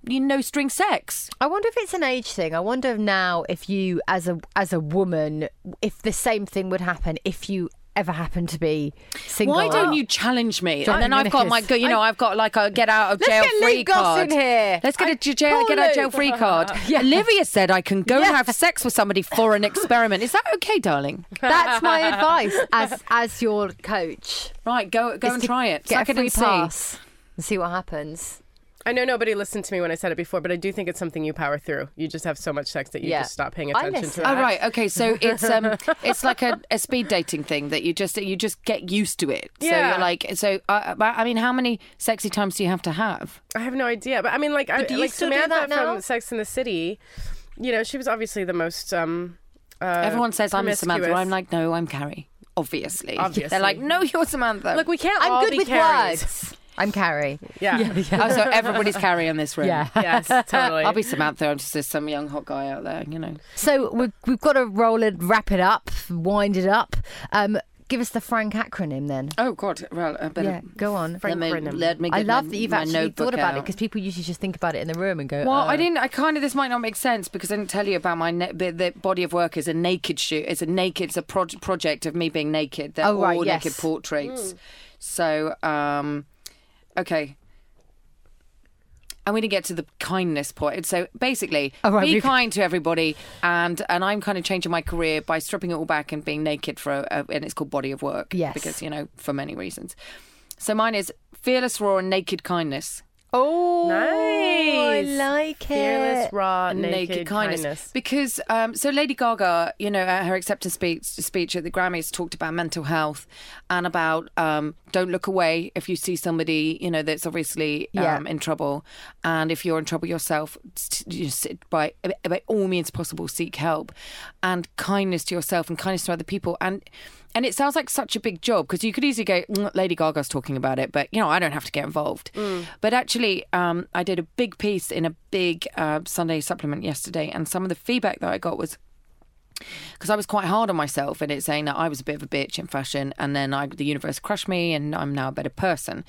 you know string sex
I wonder if it's an age thing. I wonder if now if you as a as a woman if the same thing would happen if you ever happen to be single.
why don't you challenge me
Don't
and then i've got my
Minnicus.
go- you know i've got like a get out of
Let's
jail
get Lou
free
Goss
card
in here.
let's get a
I-
j- jail
call
get out of
Lou. [laughs]
jail free card olivia said i can go and
Yeah.
have sex with somebody for an experiment is that
[laughs]
okay darling
[laughs] That's my advice as as your coach.
right go go
is
and
to
try it
Get
Suck
a
it
free
and see.
pass and see what happens.
I know nobody listened to me when I said it before, but I do think it's something you power through. You just have so much sex that you
Yeah.
just stop paying
I
attention to
listen.
it.
Oh right, okay. So
[laughs]
it's um, it's like a, a speed dating thing that you just you just get used to it. So
Yeah.
you're like, so uh, but, I mean, how many sexy times do you have to have?
I have no idea, but I mean, like, I,
do you
like
still do that
Samantha
now?
from Sex in the City. You know, she was obviously the most. um uh,
Oh,
Everyone says I'm Samantha.
promiscuous.
I'm like, no, I'm Carrie. Obviously. [laughs]
Obviously.
they're like, no, you're Samantha.
look, we can't.
I'm
all
good
be
with
Carries.
words. I'm Carrie.
[laughs] Yeah. yeah.
oh, so everybody's Carrie in this room.
Yes.
[laughs]
Totally.
I'll be Samantha. I'm just there's some young hot guy out there, you know.
So we've, we've got to roll it, wrap it up, wind it up. Um, give us the Frank acronym then.
Oh God, well, a bit
Yeah, go on.
Let me,
Brennan.
let me
I
get
love
my-
that you've
my
actually thought
notebook
about it
out.
because people usually just think about it in the room and go.
Well, I
"Oh."
didn't. I kind of. This might not make sense because I didn't tell you about my ne- bit- the body of work is a naked shoot. It's a naked. It's a pro- project of me being naked. They're
Oh, right,
all
yes. Hmm.
naked portraits. So, um, okay. I'm going to get to the kindness point. So basically,
Oh, right,
be
we-
kind to everybody, and and I'm kind of changing my career by stripping it all back and being naked for, a, a- and it's called body of work.
Yes.
because you know for many reasons. So mine is fearless, raw, and naked kindness.
Oh,
Nice.
I like it.
fearless, raw, naked, kindness.
Because um, so Lady Gaga, you know, at her acceptance speech, speech at the Grammys talked about mental health and about um, don't look away if you see somebody, you know, that's obviously um,
Yeah.
in trouble, and if you're in trouble yourself, s- you sit by by all means possible seek help, and kindness to yourself and kindness to other people and. And it sounds like such a big job because you could easily go, "Mm, Lady Gaga's talking about it, but you know, I don't have to get involved. But actually, um, I did a big piece in a big uh, Sunday supplement yesterday, and some of the feedback that I got was because I was quite hard on myself in it, saying that I was a bit of a bitch in fashion, and then I, the universe crushed me, and I'm now a better person.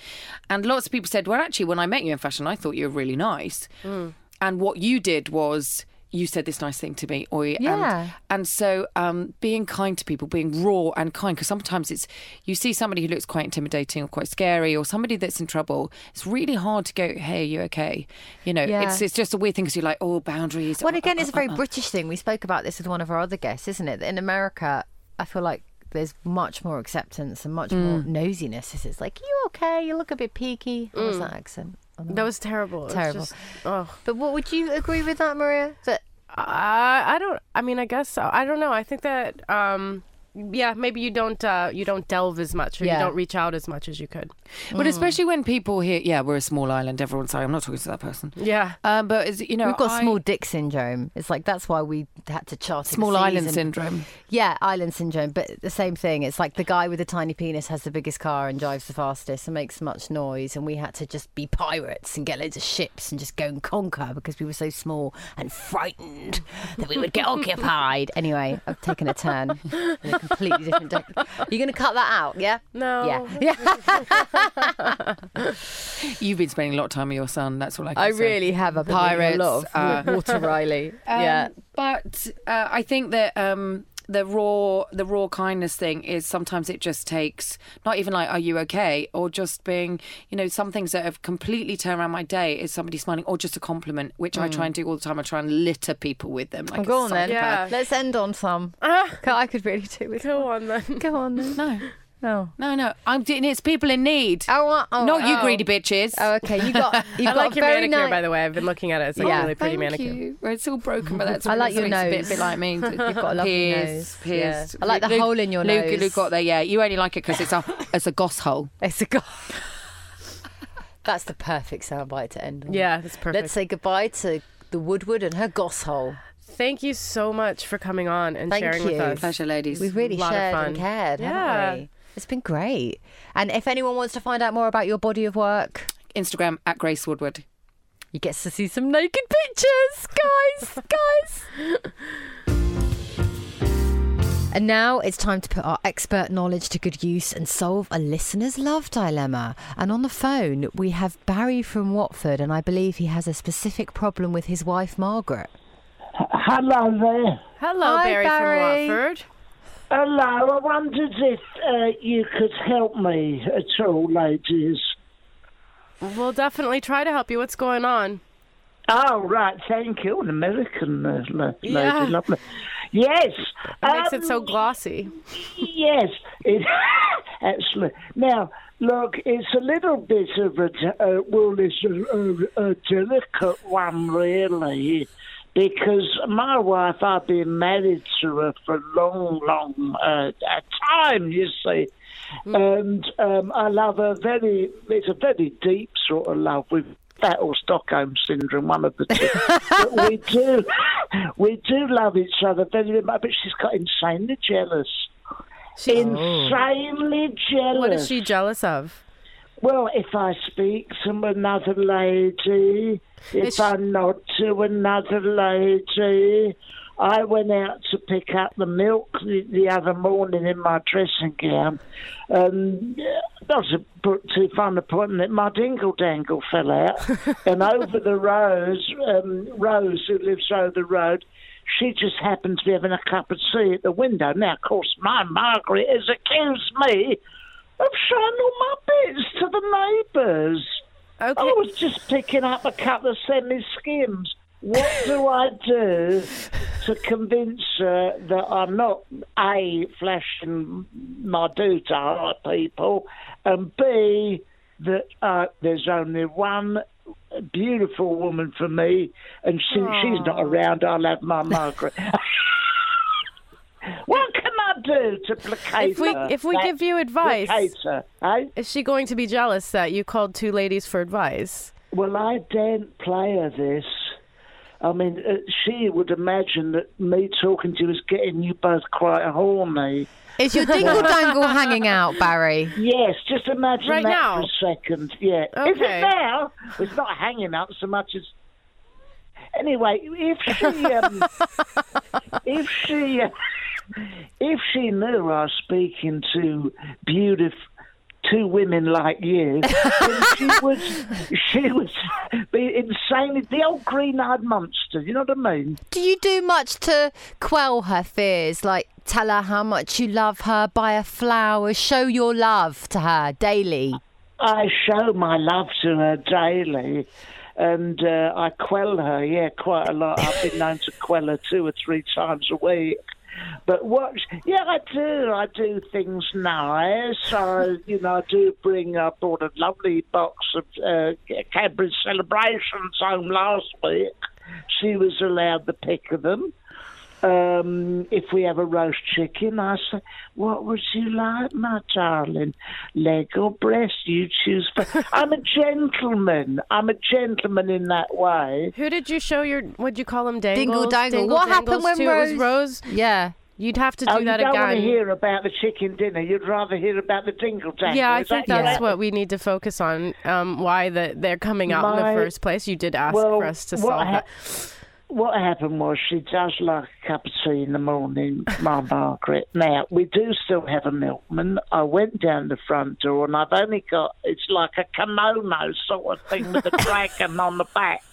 And lots of people said, "Well, actually, when I met you in fashion, I thought you were really nice,
Mm.
and what you did was." You said this nice thing to me, or
Yeah.
and, and so um, being kind to people, being raw and kind, because sometimes it's you see somebody who looks quite intimidating or quite scary, or somebody that's in trouble. It's really hard to go, "Hey, are you okay?" You know,
Yeah.
it's it's just a weird thing because you're like, "Oh, boundaries."
Well,
uh,
again,
uh,
it's a
uh,
very
uh."
British thing. We spoke about this with one of our other guests, isn't it? That in America, I feel like there's much more acceptance and much more
Mm.
nosiness. It's- It's like, you okay? You look a bit peaky. What
Mm.
was that accent? Oh, no.
That was terrible. It was
Terrible.
just- oh,
But what would you agree with that, Maria? That
I, I don't. I mean, I guess so. I don't know. I think that. um yeah, maybe you don't uh, you don't delve as much, or
Yeah.
you don't reach out as much as you could.
Mm.
But especially when people hear, yeah, we're a small island. Everyone's sorry, I'm not talking to that person.
Yeah,
Um, but it's, you know,
we've got
I-
small dick syndrome. It's like that's why we had to chart
small island syndrome.
Yeah, island syndrome. But the same thing. It's like the guy with the tiny penis has the biggest car and drives the fastest and makes much noise. And we had to just be pirates and get loads of ships and just go and conquer because we were so small and frightened that we would get occupied. Anyway, I've taken a turn in a completely different. di- You're going to cut that out, yeah?
no,
Yeah.
[laughs]
yeah.
You've been spending a lot of time with your son. That's all I. Can
I
say.
really have a pirates.
Pirates,
love
uh,
Water Riley.
Um,
yeah.
But uh, I think that um, the raw, the raw kindness thing is sometimes it just takes not even like, "Are you okay?" or just being, you know, some things that have completely turned around my day is somebody smiling or just a compliment, which I try and do all the time. I try and litter people with them.
[laughs]
Like,
Mm. Go
a
on then.
psychopath.
Yeah. [laughs]
Let's end on some. I could really do with
uh, go on then.
Go on then.
No.
Oh.
No, no. I'm. It's people in need.
Oh, uh, oh,
Not you
oh.
greedy bitches.
Oh, okay. You got. You
[laughs] I
got
like
a
your
very
manicure,
nice-
by the way. I've been looking at it. It's like
Yeah.
a really pretty
Thank
manicure.
you. Well, it's all broken, but that's
I like your
it's A bit,
nose.
bit like [laughs] me. You've
got a lovely nose.
pierced,
Yeah.
pierced.
I like the
Luke-
hole in your
Luke,
nose.
Luke got there. Yeah, you only like it because it's a it's a goss hole.
It's a god. [laughs] That's the perfect soundbite to end on.
Yeah, that's perfect.
Let's say goodbye to the Woodward and her goss hole.
Thank you so much for coming on and
Thank
sharing with
you.
us.
Pleasure, ladies.
We've really
lot of
shared and
fun.
cared,
Yeah.
haven't we? It's been great. And if anyone wants to find out more about your body of work,
Instagram at Grace Woodward.
you get to see some naked pictures, [laughs] guys, guys. And now it's time to put our expert knowledge to good use and solve a listener's love dilemma. And on the phone, we have Barry from Watford, and I believe he has a specific problem with his wife, [laughs] Margaret.
Hello there.
Hello,
Hi,
Barry,
Barry.
from Watford.
Hello. I wondered if uh, you could help me at all, ladies.
We'll definitely try to help you. What's going on?
Oh, right. Thank you. An American uh, la- lady.
Yeah.
Lovely. Yes.
What makes it
um,
so glossy?
Yes. It, [laughs] actually. Now, look, it's a little bit of a, d- uh, well, it's a, a, a delicate one, really. Because my wife, I've been married to her for a long, long uh, a time, you see.
Mm.
and um, I love her very. It's a very deep sort of love with that or Stockholm syndrome, one of the two.
[laughs]
but we do, we do love each other very much. But she's got insanely jealous. Insanely jealous.
What is she jealous of?
Well, if I speak to another lady, if
Is she-
I nod to another lady, I went out to pick up the milk the, the other morning in my dressing gown, and uh, not to put too fine a point on it, my dingle dangle fell out, and over the rose, um, Rose who lives over the road. She just happened to be having a cup of tea at the window. Now, of course, my Margaret has accused me of showing all my bits to the neighbours.
Okay.
I was just picking up a couple of semi skims. What do I do to convince her that I'm not A, flashing my do to other people, and B, that uh, there's only one beautiful woman for me, and since she's not around, I'll have my Margaret. [laughs] what can I do to placate
If we-
her?
if we
That-
give you advice-
placate her, eh?
Is she going to be jealous that you called two ladies for advice?
Well, I daren't play her this. I mean, uh, she would imagine that me talking to you is getting you both quite horny.
Is [laughs] your dingle dangle hanging out, Barry?
Yes, just imagine
Right
that
now?
for a second. Yeah. Is
Okay.
it now? It's not hanging up so much as. Anyway, if
[laughs]
she, um, if she, uh, if she knew I was speaking to beautiful two women like you, then
[laughs]
she would, she would be insanely the old green-eyed monster. You know what I mean?
Do you do much to quell her fears? Like tell her how much you love her, buy her flowers, show your love to her daily?
I show my love to her daily, and uh, I quell her. Yeah, quite a lot. I've been known to quell her two or three times a week. But what? Yeah, I do. I do things nice. I, you know, I do bring. I bought a lovely box of uh, Cadbury celebrations home last week. She was allowed the pick of them um, if we have a roast chicken, I say, what would you like, my darling? Leg or breast? You choose.
[laughs]
But I'm a gentleman. I'm a gentleman in that way.
Who did you show your? What'd you call him? Dangles?
Dingle dangle. What happened
dangles
when
to? It was
Rose-
Rose?
Yeah.
You'd have to do
oh, you
that
don't want to
again.
hear about the chicken dinner. You'd rather hear about the dingle dangle.
yeah, I
Is that
think that's
correct?
what we need to focus on. Um, why the, they're coming out in
My-
the first place? You did ask
Well,
for us to
what
solve
hap-
that.
What happened was she does like a cup of tea in the morning, my Margaret. Now, we do still have a milkman. I went down the front door and I've only got, it's like a kimono sort of thing
[laughs]
with a dragon on the back.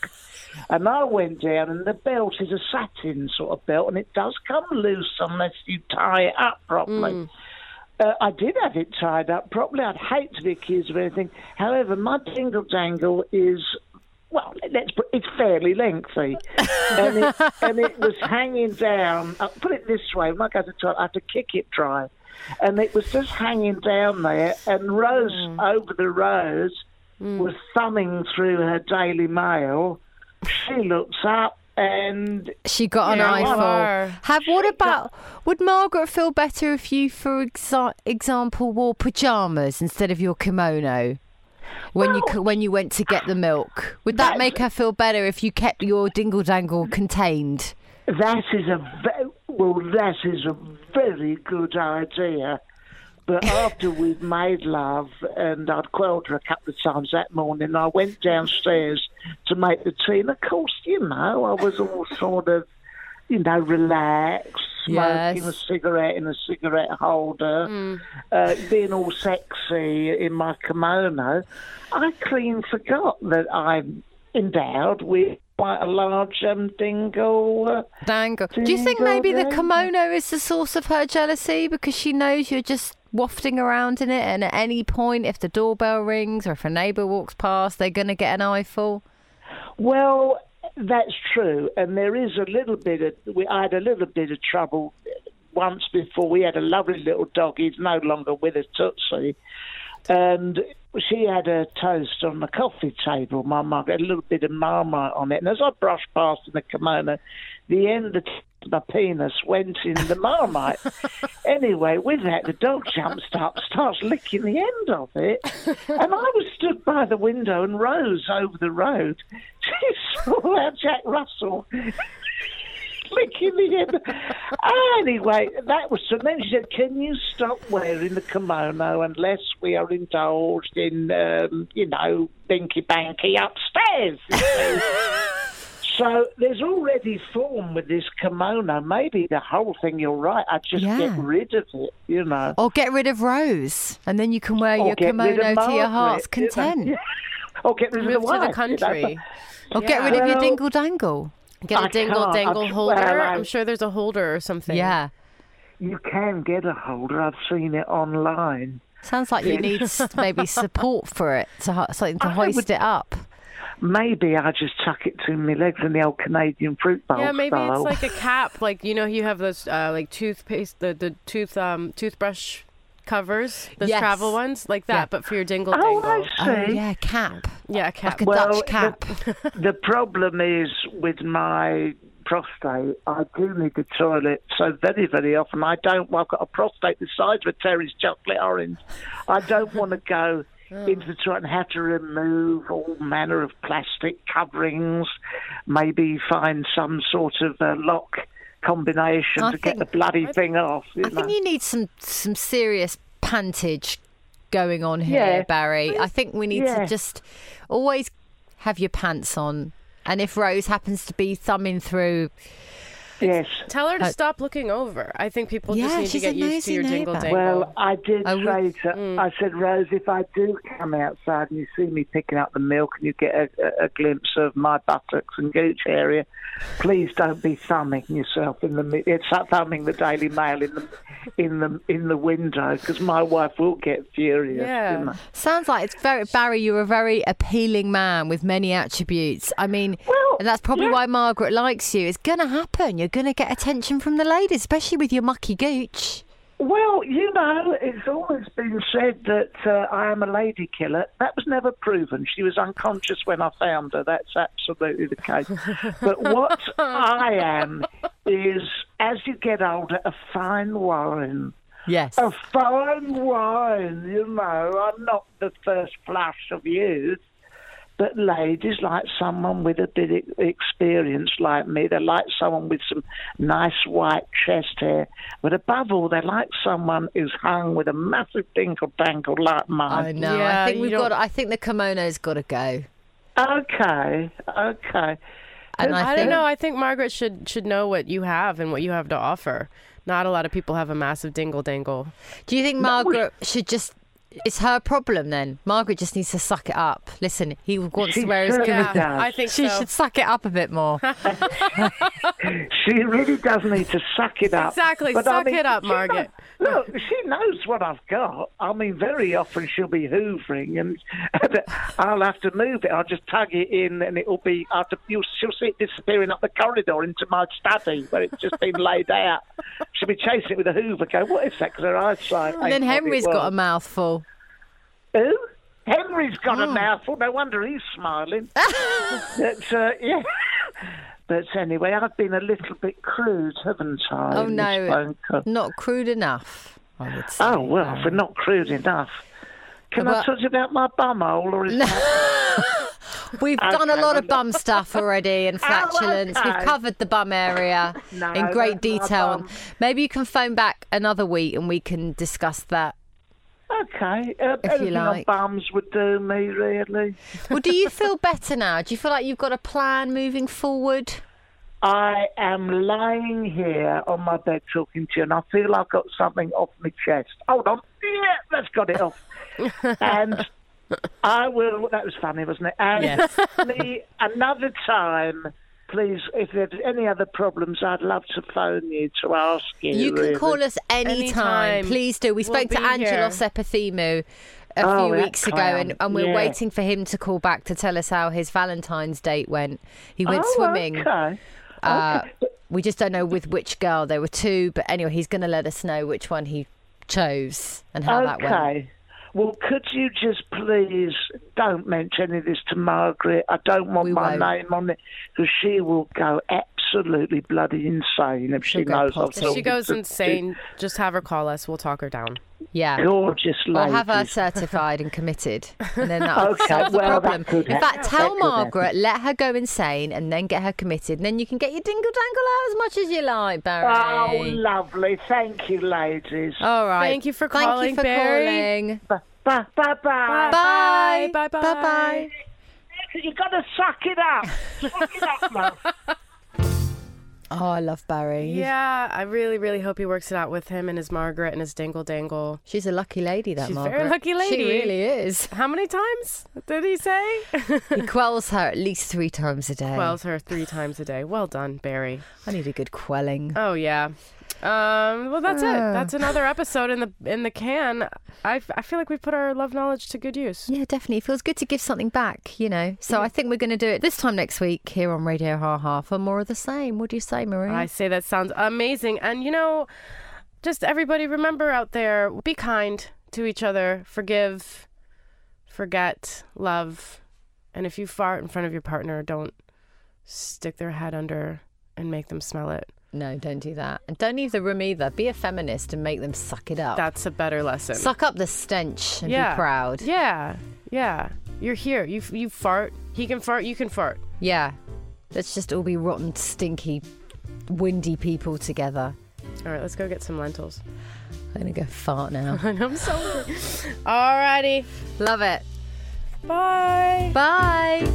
And I went down and the belt is a satin sort of belt and it does come loose unless you tie it up properly.
Mm.
Uh, I did have it tied up properly. I'd hate to be accused of anything. However, my dingle dangle is well, let's put, it's fairly lengthy, and it, and it was hanging down. I'll put it this way: when I go to the toilet, I have to kick it dry, and it was just hanging down there. And Rose over the road was thumbing through her Daily Mail. She looks up, and
She got an
Yeah,
eye
what
eyeful.
are-
Have what about? Would Margaret feel better if you, for exa- example, wore pajamas instead of your kimono when you you when you went to get the milk? Would that make her feel better if you kept your dingle dangle contained?
That is a ve- well. That is a very good idea. But after we'd made love, and I'd quelled her a couple of times that morning, I went downstairs to make the tea. And of course, you know, I was all sort of, you know, relaxed, smoking a
Yes.
cigarette in a cigarette holder, uh, being all sexy in my kimono. I clean forgot that I'm endowed with quite a large um, dingle. Uh,
Dangle. Do you think maybe the
Dingle
kimono is the source of her jealousy because she knows you're just wafting around in it, and at any point, if the doorbell rings or if a neighbour walks past, they're going to get an eyeful.
Well, that's true, and there is a little bit of. We, I had a little bit of trouble once before. We had a lovely little dog. He's no longer with us, Tootsie, and she had a toast on the coffee table. My mum had a little bit of marmite on it, and as I brushed past in the kimono, the end of my penis went in the marmite. anyway, with that, the dog jumps up, starts licking the end of it, and I was stood by the window, and Rose over the road, [laughs] she saw our Jack Russell licking the end. Anyway, that was so. Then she said, "Can you stop wearing the kimono unless we are indulged in, um, you know, binky banky upstairs?"
[laughs]
you see? so there's already form with this kimono. Maybe the whole thing. You're right. I just
Yeah.
get rid of it. You know.
Or get rid of Rose, and then you can wear
Or
your
get rid
kimono
of
to your
Margaret,
heart's
you know.
content.
[laughs] Or get rid of
Move
the
to the
wife, you know.
country.
Or get rid of your
Well-
dingle dangle.
Get
I
a dingle
can't.
dangle
I'm-
holder.
well, I-
I'm sure there's a holder or something.
Yeah.
You can get a holder. I've seen it online.
Sounds like you need s-
[laughs]
maybe support for it, to ho- something to hoist
would-
it up.
Maybe I just tuck it to my legs in the old Canadian fruit bowl
Yeah, maybe
style.
it's like a cap. Like you know, you have those uh, like toothpaste, the the tooth um toothbrush covers, those
Yes.
travel ones, like that,
Yeah.
but for your dingle
oh,
dangle.
I
Oh,
see.
yeah, cap.
Yeah, a
Like
cap.
a
Well,
Dutch cap.
The problem is with my prostate, I do need the toilet so very, very often. I don't, well, I've got a prostate the size of a Terry's chocolate orange. I
[laughs]
don't want to go
Oh.
into the toilet and have to remove all manner of plastic coverings, maybe find some sort of uh, lock combination
I
to
think-
get the bloody thing off. you
I
know.
think you need some, some serious pantage going on here,
Yeah.
Barry. I think we need to
Yeah.
just always have your pants on. And if Rose happens to be thumbing through
yes.
Tell her to stop looking over. I think people
Uh, Yeah,
just need to
she's a
get used to
nosy
your dingle
neighbour.
dangle.
Well, I did
I
say
would- Mm.
to, I said, Rose, if I do come outside and you see me picking up the milk and you get a, a, a glimpse of my buttocks and gooch area, please don't be thumbing yourself in the mi- it's like thumbing the Daily Mail in the in the in the window because my wife will get furious.
Yeah.
You know.
Sounds like it's very Barry. You're a very appealing man with many attributes. I mean,
Well,
and that's probably
yeah.
why Margaret likes you. It's gonna happen. You're gonna get attention from the ladies, especially with your mucky gooch.
Well, you know, it's always been said that uh, I am a lady killer. That was never proven. She was unconscious when I found her. That's absolutely the case. but what I am is, as you get older, a fine wine.
Yes.
A fine wine, you know. I'm not the first flush of youth. But ladies like someone with a bit of experience like me. They like someone with some nice white chest hair. But above all, they like someone who's hung with a massive dingle dangle like
I
mine.
know.
Yeah,
I think
you
we've
don't-
got. I think the kimono's got to go.
Okay, okay.
And I,
I
think
don't know. I think Margaret should should know what you have and what you have to offer. Not a lot of people have a massive dingle dangle.
Do you think Margaret should just It's her problem then. Margaret just needs to suck it up. Listen, he wants
She
to wear his
should.
gimmick.
Yeah.
Yeah, I think
She
so.
should suck it up a bit
[laughs]
more.
She really does need to suck it up.
Exactly, suck it up,
she
Margaret.
Knows, look, she knows what I've got. I mean, very often she'll be hoovering, and, [laughs] and I'll have to move it. I'll just tug it in, and it'll be. I'll have to, you'll, she'll see it disappearing up the corridor into my study where it's just been laid out. She'll be chasing it with a hoover. Go, what is that? Because her eyesight.
And then Henry's got a
a
mouthful.
who? Henry's got
Oh.
a mouthful. No wonder he's smiling.
[laughs]
but, uh, yeah. But anyway, I've been a little bit crude, haven't I?
Oh
in
no,
this phone call?
not crude enough. I would say.
Oh well, if we're not crude enough. Can
Well-
I talk to you about my bumhole or is
[laughs] We've done a
Okay,
lot
well,
of bum stuff already and flatulence. We've
okay.
covered the bum area
No,
in great
that's my
detail.
bum.
Maybe you can phone back another week and we can discuss that.
okay? Uh,
you
anything
like.
on bums would do me really.
Well, do you feel better now? Do you feel like you've got a plan moving forward?
I am lying here on my bed talking to you, and I feel I've got something off my chest. Hold on, yeah, that's got
[laughs]
it off. and I will. That was funny, wasn't it? And
Yes.
me, another time, please. If there's any other problems, I'd love to phone you to ask you.
You can
really.
call us anytime.
Anytime.
Please do. We
We'll
spoke to
be
Angelos
here.
Epithemou a
Oh,
few
that
weeks ago, and,
clown.
and we're
Yeah.
waiting for him to call back to tell us how his Valentine's date went. He went
Oh,
swimming.
Okay.
Uh, we just don't know with which girl. There were two, but anyway, he's going to let us know which one he chose and how that went.
Okay. Well, could you just please don't mention any of this to Margaret? I don't want
We
my
won't.
name on it because she will go absolutely bloody insane if
She'll
she
go
knows I've
potty. If
If she
talked
goes
to
insane, just have her call us. We'll talk her down.
this
Yeah.
Gorgeous lady.
Or have her certified and committed, and then
[laughs]
that would
Okay,
solve the
well, that
problem.
could
In
happen.
fact, tell
That could
Margaret, let her go insane, and then get her committed, and then you can get your dingle dangle out as much as you like,
Oh,
Barry.
lovely. Thank you, ladies.
All right.
Thank you for
Thank
calling,
you for
Barry.
calling.
Bye, bye, bye. bye.
Bye.
Bye. Bye.
Bye. Bye.
You've got to suck it up. suck it
[laughs]
up, love.
Oh, I love Barry.
Yeah, I really, really hope he works it out with him and his Margaret and his dingle dangle.
She's a lucky lady, that
She's a
Margaret.
very lucky
She
lady.
really is.
How many times did he say?
He quells her at least three times a day.
Quells her three times a day. Well done, Barry.
I need a good quelling.
Oh yeah. Um, well, that's it. That's another episode in the in the can. I, f- I feel like we put our love knowledge to good use.
Yeah, definitely. It feels good to give something back, you know. So I think we're going to do it this time next week here on Radio Ha Ha for more of the same. What do you say, Marie?
I say that sounds amazing. And you know, just everybody remember out there, be kind to each other, forgive, forget, love. And if you fart in front of your partner, don't stick their head under and make them smell it.
No, don't do that. And don't leave the room either. Be a feminist and make them suck it up.
That's a better lesson.
Suck up the stench and
yeah.
be proud.
Yeah. Yeah. You're here. You f- you fart. He can fart. You can fart.
Yeah. Let's just all be rotten, stinky, windy people together.
All right, let's go get some lentils.
I'm going to go fart now. [laughs]
I'm so. Alrighty.
Love it.
Bye.
Bye.